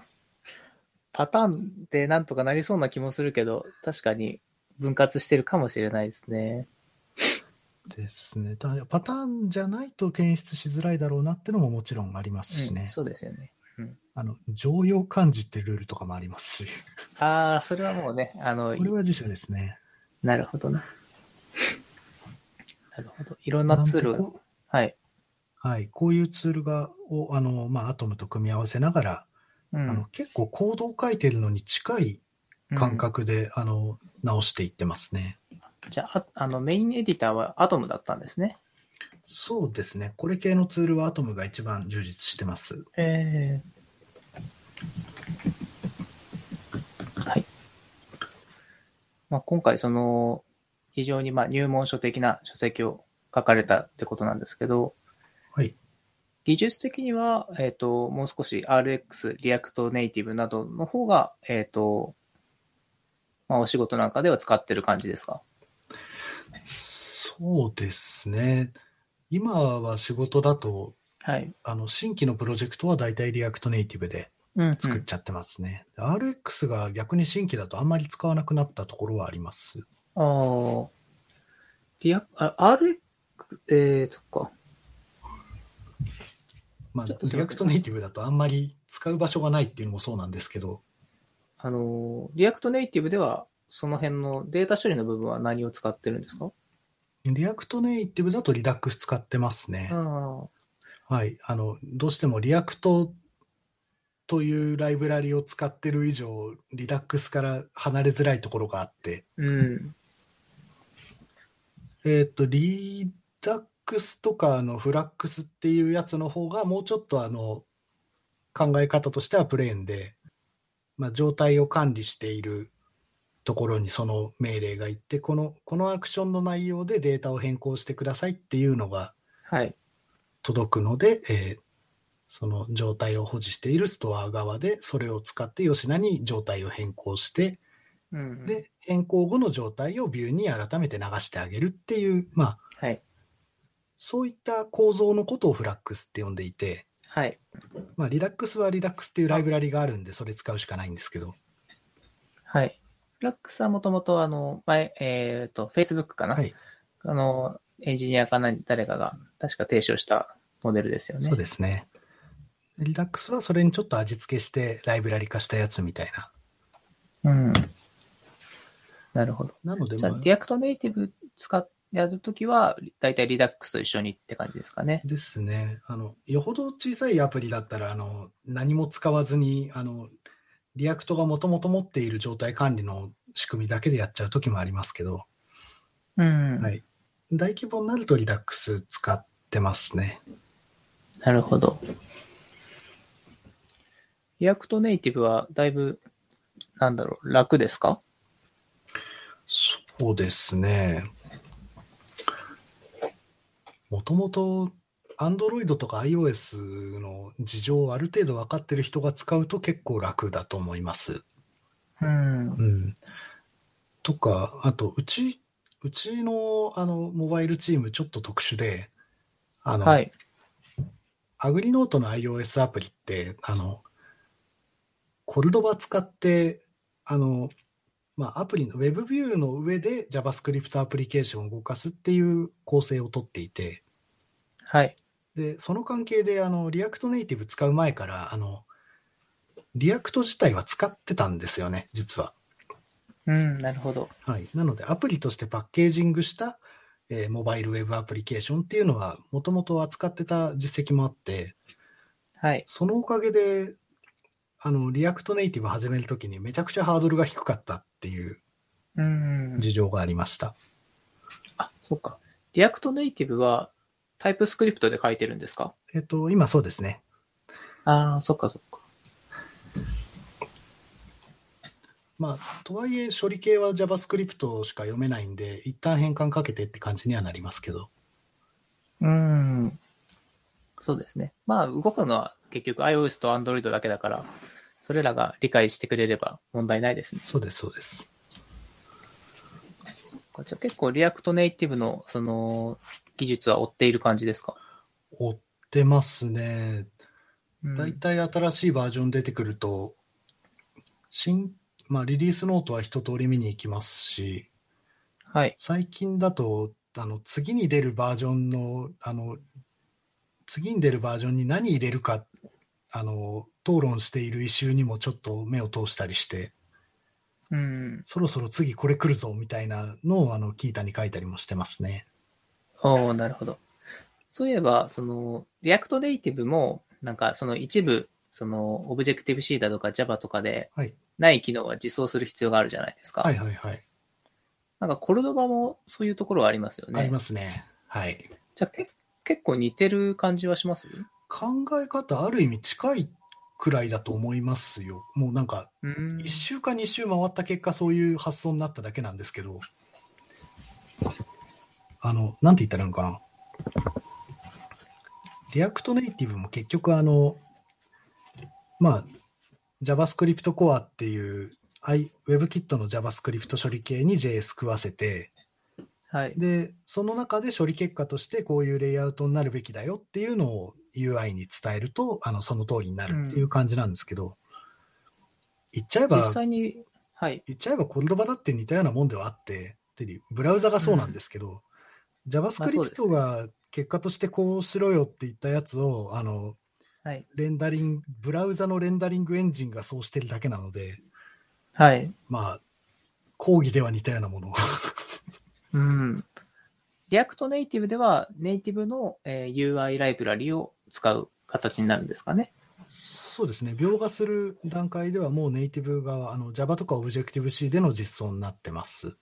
パターンでなんとかなりそうな気もするけど、確かに分割してるかもしれないですね。
ですね。ただパターンじゃないと検出しづらいだろうなってのももちろんありますし
うん
ね。
そうですよね。
あの、常用漢字ってルールとかもありますし。
ああ、それはもうね、あの
こ、れは辞書ですね。
なるほどな。なるほど。いろんなツー
なんて
ル。
こ
はい。
うはい。こういうツールが、を、あの、まあ、アトムと組み合わせながら、
う
あの、結構コードを書いてるのに近い感覚で、あの、直していってますね。
うんじゃあ、ああの、メインエディターはアトムだったんですね。
そうですね。これ系のツールはアトムが一番充実してます。
ええはい。まあ、今回、その、非常にまあ入門書的な書籍を書かれたってことなんですけど、
はい。
技術的には、えっ、と、もう少し RX、リアクトネイティブなどの方が、えっ、と、まあ、お仕事なんかでは使ってる感じですか
そうですね。今は仕事だと、
はい。
あの、新規のプロジェクトは大体リアクトネイティブで
うん。
作っちゃってますね。RX が逆に新規だとあんまり使わなくなったところはあります。
ああ。リア、あ、RX、えー、そっか。
まあ
ちょっと、すいません
リアクトネイティブだとあんまり使う場所がないっていうのもそうなんですけど、
あの、リアクトネイティブでは、その辺のデータ処理の部分は何を使ってるんですか
リアクトネイティブだと Redux 使ってますね。
あ
はい。あの、どうしてもリアクトというライブラリを使ってる以上、Redux から離れづらいところがあって、
うん。
えーっと、リダックスとかあのフラックスっていうやつの方がもうちょっとあの考え方としてはプレーンで、まあ、状態を管理しているところにその命令がいって、この、このアクションの内容でデータを変更してくださいっていうのが
はい。
届くので、えーその状態を保持しているストア側でそれを使って吉野に状態を変更して、
うん。、
で、変更後の状態をビューに改めて流してあげるっていう、まあ、
はい。
そういった構造のことをフラックスって呼んでいて、
はい。
まあ、リダックスはリダックスっていうライブラリがあるんで、それ使うしかないんですけど、
はい。フラックスはもともと、あの、前、えっ、と、Facebook かな、
はい、
あの、エンジニアか何、誰かが、確か提唱したモデルですよね。。
そうですすね。リダックスはそれにちょっと味付けしてライブラリ化したやつみたいな。
うん。なるほど。
なので、
じゃ
ま
あ、
あ、
リアクトネイティブ使っやるときは、だいたい Redux と一緒にって感じですかね。
ですね。あの、よほど小さいアプリだったら、あの、何も使わずに、あの、リアクトがもともと持っている状態管理の仕組みだけでやっちゃう時もありますけど、
うん。
はい大規模になるとリダックス使ってますね。
なるほど。リアクトネイティブはだいぶ、なんだろう、楽ですか
そうですね。もともと、Android とか iOS の事情をある程度分かってる人が使うと結構楽だと思います。
うん。
うん。とか、あと、うち、うちの、あの、モバイルチームちょっと特殊で、あの、
はい。
アグリノートの iOS アプリって、あの、コルドバ使って、あの、まあ、アプリの Web ビューの上で JavaScript アプリケーションを動かすっていう構成をとっていて、
はい。
で、その関係で、あの、リアクトネイティブ使う前から、あの、リアクト自体は使ってたんですよね、実は。
うん、なるほど。
はい。なので、アプリとしてパッケージングした、えーモバイルウェブアプリケーションっていうのは、もともと扱ってた実績もあって、
はい。
そのおかげで、あの、リアクトネイティブ始めるときにめちゃくちゃハードルが低かったっていう
うん。
事情がありました。
あ、そうか。リアクトネイティブはタイプスクリプトで書いてるんですか
えっと、今そうですね。
ああ、そっかそっか。
まあ、とはいえ処理系は JavaScript しか読めないんで、一旦変換かけてって感じにはなりますけど。
うん。そうですね。まあ、動くのは結局 iOS と Android だけだから、それらが理解してくれれば問題ないですね。
そうです、そうです。
じゃあ結構リアクトネイティブのその技術は追っている感じですか、
追ってますね。
うん
だいたい新しいバージョン出てくると、新、まあ、リリースノートは一通り見に行きますし、
はい。
最近だと、あの、次に出るバージョンの、あの、次に出るバージョンに何入れるか、あの、討論している異臭にもちょっと目を通したりして、
うん。
そろそろ次これ来るぞみたいなのをあのキータに書いたりもしてますね。
おおなるほど。そういえば、その、リアクトネイティブも、なんかその一部、その、オブジェクティブ C だとか Java とかで
はい、
ない機能は実装する必要があるじゃないですか。
はいはいはい。
なんかコルドバもそういうところはありますよね。
ありますね。はい。
じゃあけ結構似てる感じはします
考え方ある意味近いくらいだと思いますよ。もうなんか
うん
1週か2週回った結果そういう発想になっただけなんですけど。あの、なんて言ったらいいのかな。リアクトネイティブも結局あの、まあ、JavaScript Core っていう、I- WebKit の JavaScript 処理系に JS 食わせて、
はい。
で、その中で処理結果としてこういうレイアウトになるべきだよっていうのを UI に伝えると、あの、その通りになるっていう感じなんですけど、言っちゃえば
実、際に、はい。
言っちゃえばコルドバだって似たようなもんではあって、っていうブラウザがそうなんですけど、
まあそうです
JavaScript が結果としてこうしろよって言ったやつを、あの、
はい。
レンダリング、ブラウザのレンダリングエンジンがそうしてるだけなので、
はい。
まあ、講義では似たような ものを。
うん。リアクトネイティブでは、ネイティブの、えー UI ライブラリを使う形になるんですかね。
そうですね。描画する段階ではもうネイティブ側、あの Java とか Objective-C での実装になってます。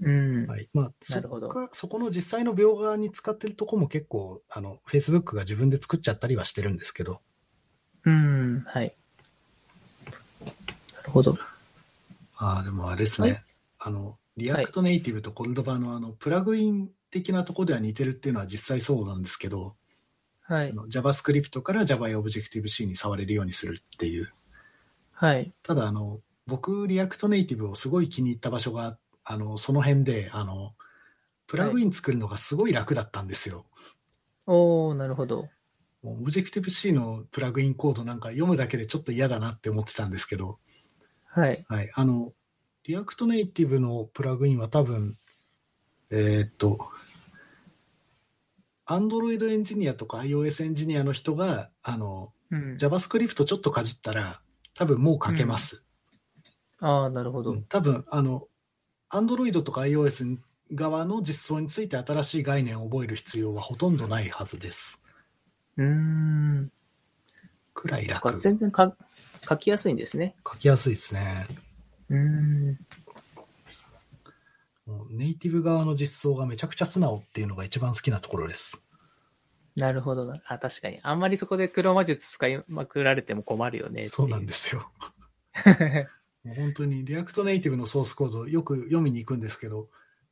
うん。
はい。まあ、
な
そ
るほ
こ
ど
かそこの実際の描画に使ってるとこも結構、あの、Facebook が自分で作っちゃったりはしてるんですけど、
うん。はい。なるほど。
ああ、でもあれですね。
はい
あの、リアクトネイティブとコルドバのあの、プラグイン的なとこでは似てるっていうのは実際そうなんですけど、
は
あ
い。
の JavaScript から Java や Objective-C に触れるようにするっていう
はい。
ただあの僕リアクトネイティブをすごい気に入った場所があのその辺であのプラグイン作るのがすごい楽だったんですよ。
おー、なるほど。
もうオブジェクティブ C のプラグインコードなんか読むだけでちょっと嫌だなって思ってたんですけど、
はい。
はい、あのリアクトネイティブのプラグインは多分えーっと Android エンジニアとか iOS エンジニアの人があの
うん。
JavaScript ちょっとかじったら多分もう書けます。
あー、なるほど。
多分あの Android とか iOS 側の実装について新しい概念を覚える必要はほとんどないはずです
うーん。
くらい
なんか
楽書
全然か書きやすいんですね。
きやすいですね
うん。
もうネイティブ側の実装がめちゃくちゃ素直っていうのが一番好きなところです
なるほどな。あ、確かに。あんまりそこで黒魔術使いまくられても困るよね。
そうなん
す。
ですよもう本当にリアクトネイティブのソースコードよく読みに行くんですけど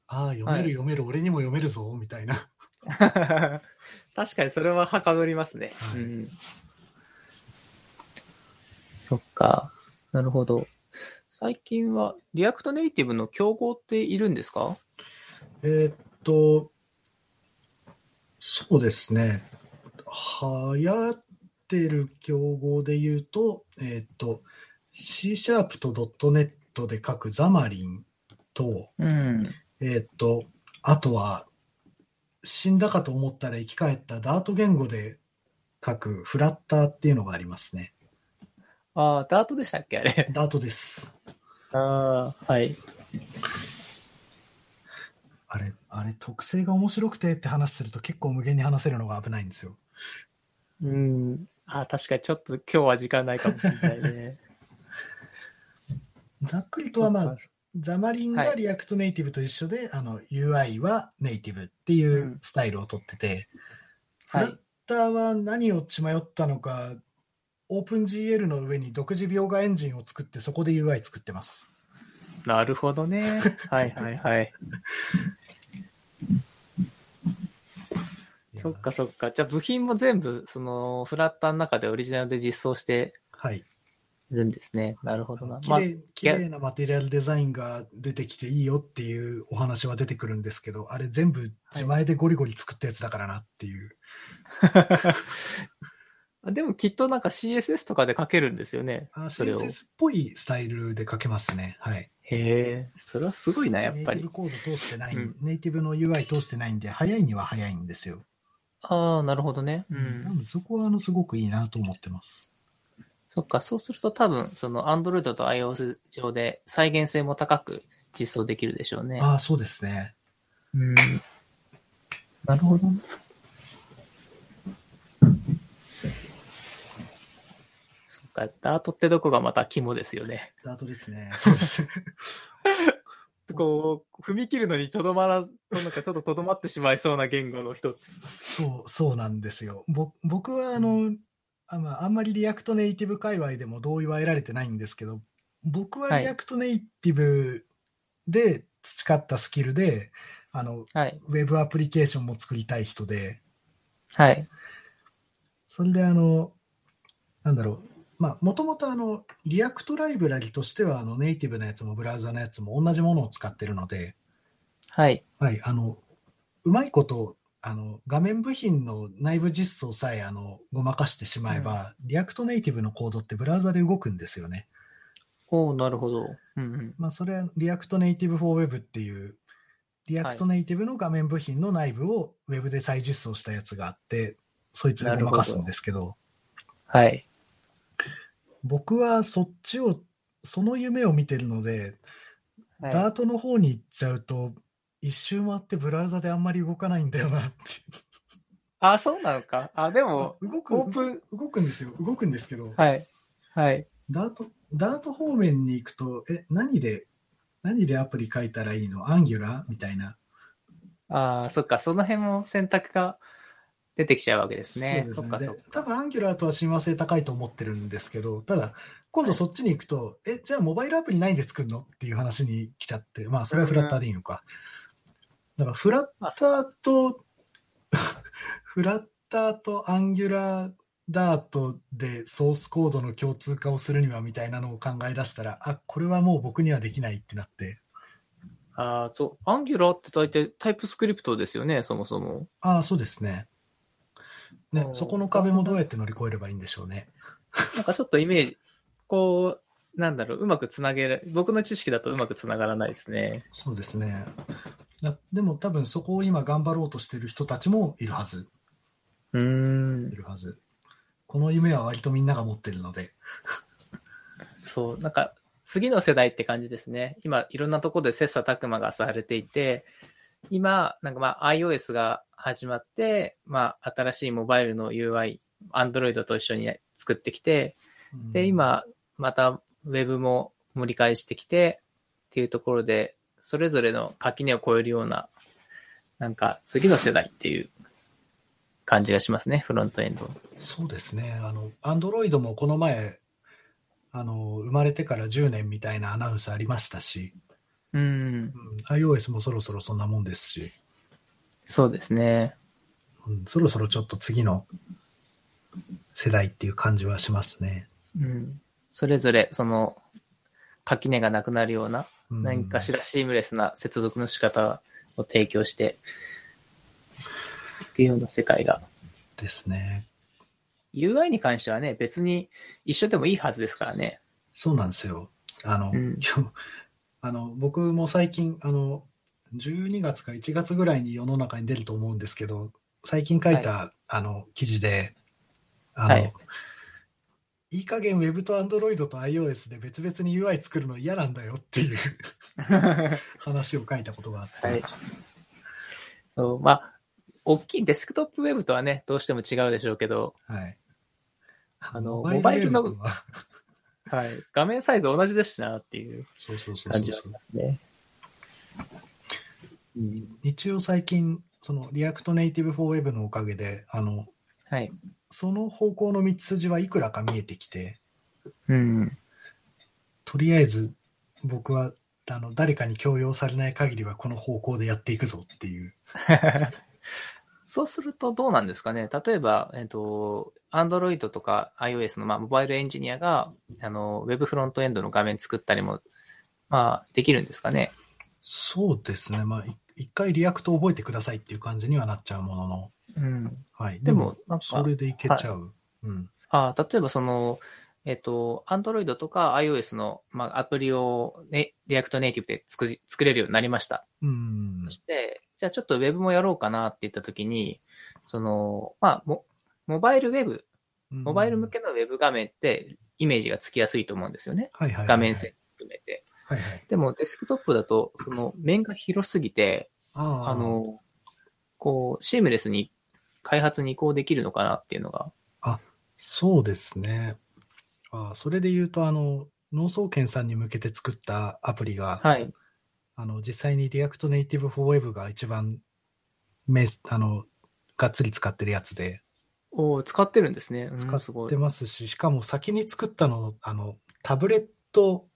ああ読め
はい
る読める、俺にも読めるぞみたいな
確かにそれははかどりますね。
はい
うん。そっか。なるほど。最近は、リアクトネイティブの競合っているんですか
えーっとそうですね流行ってる競合で言うと、えーっと、C シャープと .NET トで書くザマリンと、
うん。
えーっと、あとは、死んだかと思ったら生き返ったダート言語で書くフラッターっていうのがありますね。
ああ、ダートでしたっけあれ。
ダートです。
ああ、はい。
あれ、あれ、特性が面白くてって話すると結構無限に話せるのが危ないんですよ。
うん。ああ、確かにちょっと今日は時間ないかもしれない ね。
ざっくりとはまあ、ザマリンがリアクトネイティブと一緒で、あの、UI はネイティブっていううんスタイルをとってて、
は
フラ
い
ッ。ターは何を血迷ったのか、OpenGL の上に独自描画エンジンを作って、そこで UI 作ってます。
なるほどね。はいはい はい。そっかそっか。じゃあ部品も全部、その、フラッターの中でオリジナルで実装して
はい。
るんですね。なるほどな。
綺
まあ、
麗綺麗なマテリアルデザインが出てきていいよっていうお話は出てくるんですけど、あれ全部自前でゴリゴリ作ったやつだからなっていう。
でもきっとなんか CSS とかで書けるんですよね。
あ
それを
CSS っぽいスタイルで書けますね。はい。
へえ、それはすごいな、やっ
ネイテ
ぱ
ィブ
り。
コード通してない、
うん
ネイティブの UI 通してないんで、早いには早いんですよ。
ああ、なるほどね。う。
なんのでそこはあのすごくいいなと思ってます。
そっか、そうすると多分、その Android と iOS 上で再現性も高く実装できるでしょうね。
ああ、そうですね。
うん。なるほどね。そっか、ダートってどこがまた肝ですよね。
ダートで すね。そうです。
こう、踏み切るのにとどまらず、なんかちょっととどまってしまいそうな言語の一つ。
そう、そうなんですよ。ぼ僕はあの、あまあ、あんまりリアクトネイティブ界隈でも同意は得られてないんですけど、僕は
はい
リアクトネイティブで培ったスキルで、あの、
はい。
ウェブアプリケーションも作りたい人で、
はい。
それであの、なんだろう。まあ、もともとあの、リアクトライブラリとしては、あの、ネイティブのやつもブラウザのやつも同じものを使ってるので、
はい。
はい、あの、うまいこと、あの、画面部品の内部実装さえ、あの、ごまかしてしまえば、リアクトネイティブのコードってブラウザで動くんですよね。
おおなるほど。うんうん。
まあ、それはリアクトネイティブフォーウェブっていう、リアクトネイティブの画面部品の内部をウェブで再実装したやつがあって、そいつでごまかすんですけど、
はい。
僕はそっちを、その夢を見てるので、
はい
ダートの方に行っちゃうと、一周回ってブラウザであんまり動かないんだよなって。
あ、そうなのか。あ、でも、
動く、
オープン、
動くんですよ。動くんですけど、
はい。はい。
ダート、ダート方面に行くと、え、何で、何でアプリ書いたらいいのアンギュラーみたいな。
ああ、そっか。その辺も選択が出てきちゃうわけですね。そ
そう
っ
です
か、
ね。
そっ
で
か。
多分アンギュラーとは親和性高いと思ってるんですけど、ただ、今度そっちに行くと、え、じゃあモバイルアプリないで作るのっていう話に来ちゃって、まあ、それはフラッターでいいのか。だから、フラッターと、 フラッターとアンギュラーダートでソースコードの共通化をするにはみたいなのを考え出したら、あ、これはもう僕にはできないってなって、
ああ、そう。アンギュラーって大体タイプスクリプトですよね、そもそも。
ああ、そうですね。ね
う、ん
そこの壁もどうやって乗り越えればいいんでしょうね。
なんかちょっとイメージ、こう、なんだろう、うまくつなげら僕の知識だとうまくつながらないですね。
そうですね。だでも多分そこを今頑張ろうとしてる人たちもいるはず、
うー
い
ん。
るはず。この夢は割とみんなが持ってるので。
そう。なんか、次の世代って感じですね。今、いろんなところで切磋琢磨がされていて、今、なんかまあ iOS が始まって、まあ新しいモバイルの UI、Android と一緒に作ってきて、
うん
で、、今、また Web も盛り返してきてっていうところで、それぞれの垣根を越えるような、なんか次の世代っていう感じがしますね、フロントエンド。
そうですね。あの、アンドロイドもこの前、あの、生まれてから10年みたいなアナウンスありましたし、
うん
う、ん iOS もそろそろそんなもんですし、
そうですね。
うん、そろそろちょっと次の世代っていう感じはしますね。
うん、それぞれ、その、垣根がなくなるような、
うん
何かしらシームレスな接続の仕方を提供して、っていうような世界が。
ですね。
UI に関してはね、別に一緒でもいいはずですからね。
そうなんですよ。あの、
うん
今日、 あの、僕も最近、あの、12月か1月ぐらいに世の中に出ると思うんですけど、最近書いた、あの、記事で、あの、
はい
い、い加減 Web と Android と iOS で別々に UI 作るの嫌なんだよっていう 話を書いたことがあって、
はい。そう、まあ、大きいデスクトップウェブとはね、どうしても違うでしょうけど、
はい
あのモバイルの
ウェブは
はい。画面サイズ同じですしなっていう
そうそうそう
感
そ
じ
う
はあ
そう
り。ますね。
一応最近、そのリアクトネイティブフォーウェブのおかげで、あの、
はい。
その方向の道筋はいくらか見えてきて、
うん。
とりあえず僕は、あの、誰かに強要されない限りはこの方向でやっていくぞっていう。
そうするとどうなんですかね例えば、えっと、Android とか iOS の、まあ、モバイルエンジニアが、あの、ウェブフロントエンドの画面作ったりも、まあ、できるんですかね
そうですね。まあ、い一回リアクト覚えてくださいっていう感じにはなっちゃうものの。
うん。
はい。
でも、なん
そ
か、
れでいけちゃう。うん。
あ例えばその、えっと、Android とか iOS の、まあ、アプリを、ね、リアクトネイティブで作り作れるようになりました。
うん
そ。して、じゃあちょっとウェブもやろうかなって言ったときに、その、まあ、モモバイルウェブ、モバイル向けのウェブ画面ってイメージがつきやすいと思うんですよね。
はいはいはいはい
画面線含めて。
はいはい。
でもデスクトップだと、その面が広すぎて、
ああ
あの、こう、シームレスに開発に移行できるのかなっていうのが。
そうですね。ああそれで言うと、あの、農総研さんに向けて作ったアプリが、
はい。
あの、実際にリアクトネイティブフォーウェブが一番、め、あの、がっつり使ってるやつで、
おー使ってるんですね。うん
使
すご
っ
い
て。ますし、しかも先に作ったの、あの、タブレット、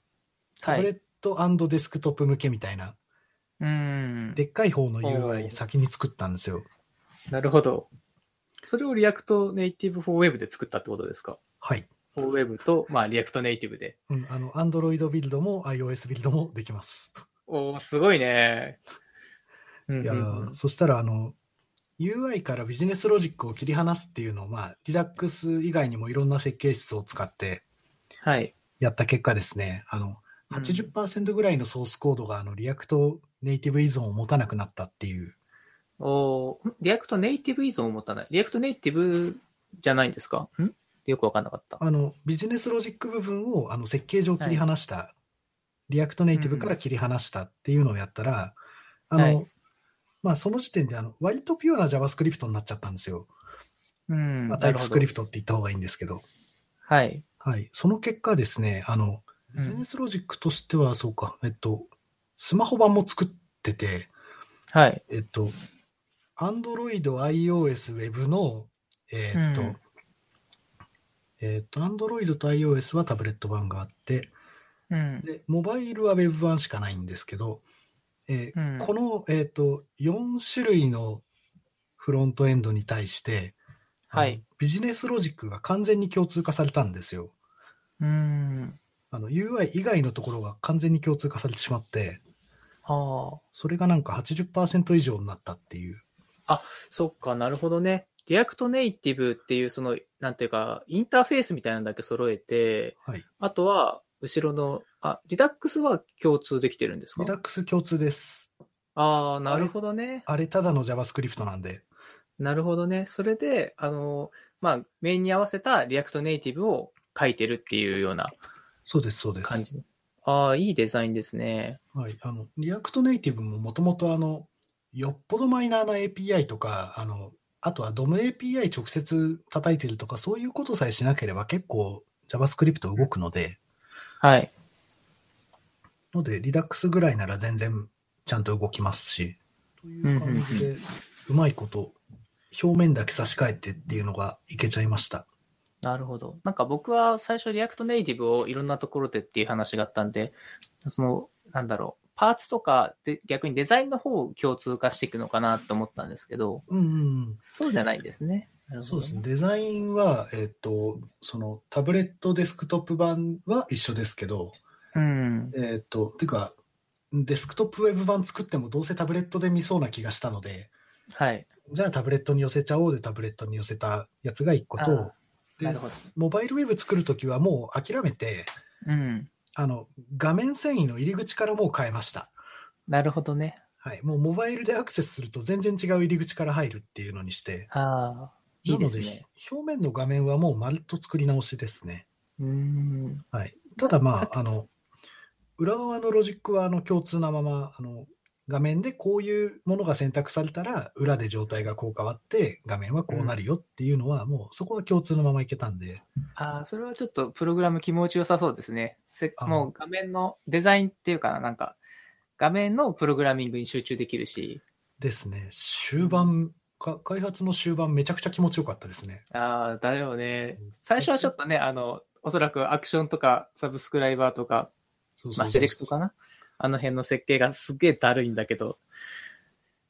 タブレットデスクトップ向けみたいな、
うん。
でっかい方の
お
UI
ー
先に作ったんですよ。
なるほど。それをリアクトネイティブフォーウェブで作ったってことですか
はい。
フォーウェブと、まあ、リアクトネイティブで。
うん、あの、アンドロイドビルドも iOS ビルドもできます。
おおすごいね。うんうん
いやーそしたらあの UI からビジネスロジックを切り離すっていうのを、まあ、リダックス以外にもいろんな設計室を使って
はい。
やった結果ですね、あの
うん
80%ぐらいのソースコードがあのリアクトネイティブ依存を持たなくなったっていう、
おーリアクトネイティブ依存を持たない。リアクトネイティブじゃないんですかんよくわかんなかった。
あのビジネスロジック部分をあの設計上切り離した、リアクトネイティブから切り離したっていうのをやったら、
うん
あの、
は
まあ、その時点であの割とピュアな JavaScript になっちゃったんですよ。
うん
まあ、タイプスクリ
ト。
プトって言った方がいいんですけど。
はい。
はい。その結果ですね、あの、
うん
ビジネスロジックとしては、そうか、えっと、スマホ版も作ってて、
はい。
えっと、Android、iOS、Web の、えーっと、
うん
えーっと、Android と iOS はタブレット版があって、
うん。
で、モバイルは Web 版しかないんですけど、えー
うん
この、えーっと、4種類のフロントエンドに対して、あの
はい
ビジネスロジックが完全に共通化されたんですよ。
うん。
あの UI 以外のところが完全に共通化されてしまって、
は
それがなんか80%以上になったっていう。
あ。そっか、なるほどね。リアクトネイティブっていう、その、なんていうか、インターフェースみたいなのだけ揃えて、
はい。
あとは、後ろの、あ、リダックスは共通できてるんですか
リダックス共通です。
ああ、なるほどね。
あれただの JavaScript なんで。
なるほどね。それで、あの、まあ、メインに合わせたリアクトネイティブを書いてるっていうような
そうです、そうです。
感じ。ああ、いいデザインですね。
はい。あの、リアクトネイティブももともとあの、よっぽどマイナーな API とか、あの、あとは DOM API 直接叩いてるとか、そういうことさえしなければ結構 JavaScript 動くので、
はい。
ので、リダックスぐらいなら全然ちゃんと動きますし、という感じで、うまいこと、表面だけ差し替えてっていうのがいけちゃいました。
なるほど。なんか僕は最初リアクトネイティブをいろんなところでっていう話があったんで、その、なんだろう。パーツとかで、逆にデザインの方を共通化していくのかなと思ったんですけど、
うんうん
そうじゃないんですね。な
う
る
ん。
ほ
そ
ど
うですね。。デザインは、えっ、と、そのタブレットデスクトップ版は一緒ですけど、
うん。
えっ、と、てか、デスクトップウェブ版作ってもどうせタブレットで見そうな気がしたので、
はい。
じゃあタブレットに寄せちゃおうでタブレットに寄せたやつが1個
あ
と、
な
で
る、ほど。
モバイルウェブ作るときはもう諦めて、
うん。
あの、画面遷移の入り口からもう変えました。
なるほどね。
はい。もうモバイルでアクセスすると全然違う入り口から入るっていうのにして、
ああ、いいです
なので
ね。
ひ表面の画面はもうまるっと作り直しですね。
うーん。
はい。ただまあ、あ の、裏側のロジックはあの共通なまま、あの、画面でこういうものが選択されたら、裏で状態がこう変わって、画面はこうなるよっていうのは、もうそこは共通のままいけたんで、
ああ、それはちょっとプログラム気持ちよさそうですね。せ
あ
もう画面のデザインっていうかな、なんか、画面のプログラミングに集中できるし、
ですね。終盤、か開発の終盤めちゃくちゃ気持ちよかったですね。
ああ、だよね
うん。
最初はちょっとね、あの、おそらくアクションとかサブスクライバーとか、
そうそうそう
まあ、セレクトかなあの辺の設計がすっげえだるいんだけど、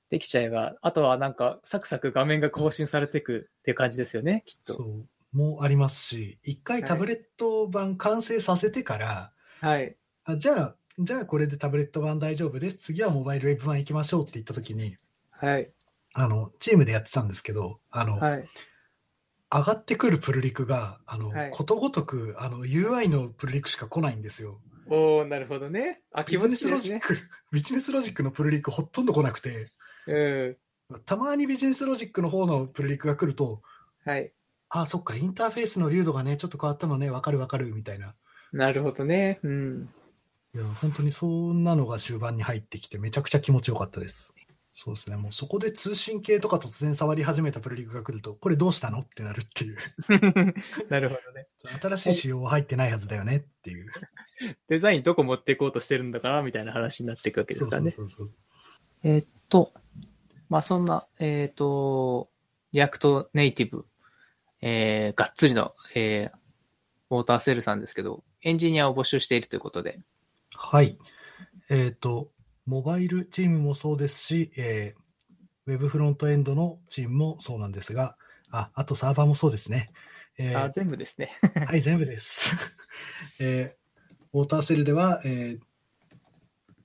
できちゃえば、あとはなんか、サクサク画面が更新されてくっていう感じですよね、きっ
そ
と。
う。もありますし、一回
はい
タブレット版完成させてから、
はい。
あじゃあ、じゃあこれでタブレット版大丈夫です。次はモバイルウェブ版行きましょうって言った時に、
はい。
あの、チームでやってたんですけど、あの、
はい。
上がってくるプルリクが、あの、
はい
ことごとく、あの、UI のプルリクしか来ないんですよ。
おおなるほどね。あ、気持ちいいですね
ビジネス。ロジック、ビジネスロジックのプルリクほとんど来なくて、
う
たまにビジネスロジックの方のプルリクが来ると、
ん。はい。
あ、そっか、インターフェースの流度がね、ちょっと変わったのね、わかるわかる、みたいな。
なるほどね。うん。
いや、本当にそんなのが終盤に入ってきて、めちゃくちゃ気持ちよかったです。そうですね。もうそこで通信系とか突然触り始めたプルリクが来ると、これどうしたのってなるっていう。
なるほどね。
新しい仕様は入ってないはずだよねっていう。
デザインどこ持っていこうとしてるんだかなみたいな話になっていくわけですからね。
そうそうそう
えーっと、まあ、そんな、えーっと、リアクトネイティブ、えー、がっつりの、えー、ウォーターセルさんですけど、エンジニアを募集しているということで。
そう。はい。えっ、と、モバイルチームもそうですし、えーウェブフロントエンドのチームもそうなんですが、あ、あとサーバーもそうですね。えー
あ、全部ですね。
はい、全部です。 えーウォーターセルでは、えー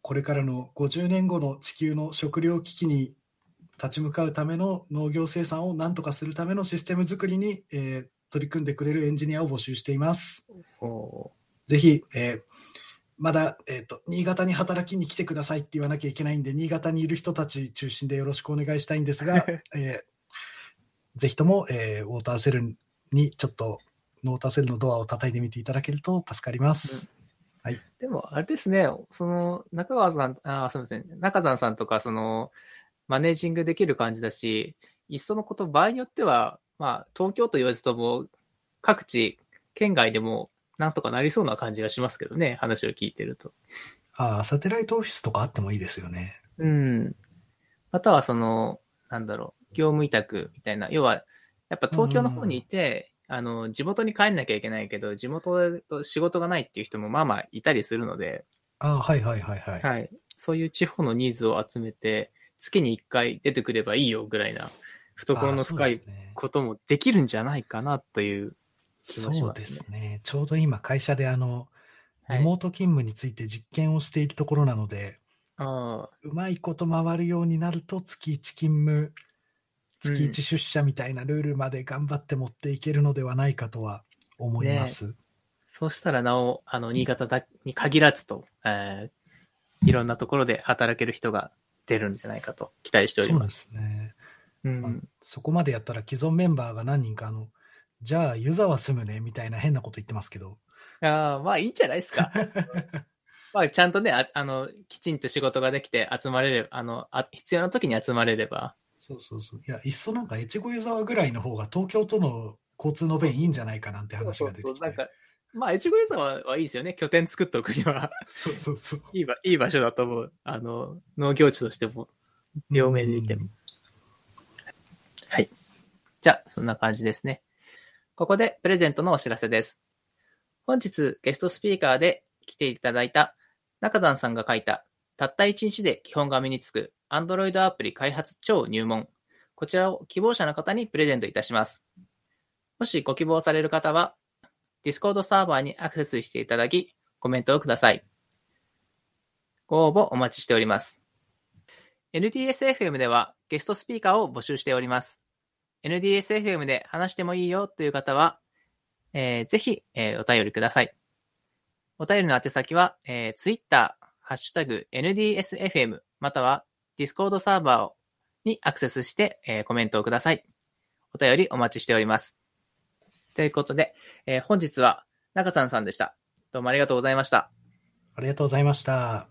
これからの50年後の地球の食糧危機に立ち向かうための農業生産を何とかするためのシステム作りに、えー取り組んでくれるエンジニアを募集しています。
お
ぜひ、えーまだ、えーと、新潟に働きに来てくださいって言わなきゃいけないんで、新潟にいる人たち中心でよろしくお願いしたいんで すが、えーぜひとも、えーウォーターセルにちょっと、ウォーターセルのドアを叩いてみていただけると助かります。
でも、あれですね、その、中川さん、あ、すみません、中山さんとか、その、マネージングできる感じだし、いっそのこと、場合によっては、まあ、東京都言わずとも、各地、県外でも、なんとかなりそうな感じがしますけどね、話を聞いてると。
ああ、サテライトオフィスとかあってもいいですよね。
うん。またはその、なんだろう、業務委託みたいな、要は、やっぱ東京の方にいて、あの、地元に帰んなきゃいけないけど、地元と仕事がないっていう人もまあまあいたりするので、
ああ、はいはいはいはい。
はい。そういう地方のニーズを集めて、月に1回出てくればいいよぐらいな、懐の深
ああそう
い
ですね
こともできるんじゃないかなという気もし
そう
ます
で
ね
すね。ちょうど今、会社であの、
はい
リモート勤務について実験をしているところなので、
あ
うまいこと回るようになると月1勤務
うん
月1出社みたいなルールまで頑張って持っていけるのではないかとは思います、
そうしたらなお、あの、新潟だに限らずと、えーいろんなところで働ける人が出るんじゃないかと期待しており
そう
ま。
ですすね
う
まあ
ん。
そこまでやったら既存メンバーが何人かあのじゃあ湯沢住むねみたいな変なこと言ってますけど
ああまあいいんじゃないです か。まあちゃんとねあ、あの、きちんと仕事ができて集まれれば、あの、あ必要な時に集まれれば。
そうそうそういやいっそなんか越後湯沢ぐらいの方が東京との交通の便いいんじゃないかなんて話が出てきて
なんか、まあ、越後湯沢はいいですよね。拠点作っておくには。
そうそうそう
いいばいい場所だと思う。あの、農業地としても。両面で見てもはい。じゃあ、そんな感じですね。ここでプレゼントのお知らせです。本日ゲストスピーカーで来ていただいた中山さんが書いたたった1日で基本が身につく Android アプリ開発超入門。こちらを希望者の方にプレゼントいたします。もしご希望される方は Discord サーバーにアクセスしていただきコメントをください。ご応募お待ちしております。NDSFM ではゲストスピーカーを募集しております。NDSFM で話してもいいよという方は、えーぜひ、えーお便りください。お便りの宛先は、えー、Twitter、ハッシュタグ、NDSFM、または Discord サーバーをにアクセスして、えーコメントをください。お便りお待ちしております。ということで、えー本日は中さんさんでした。どうもありがとうございました。
ありがとうございました。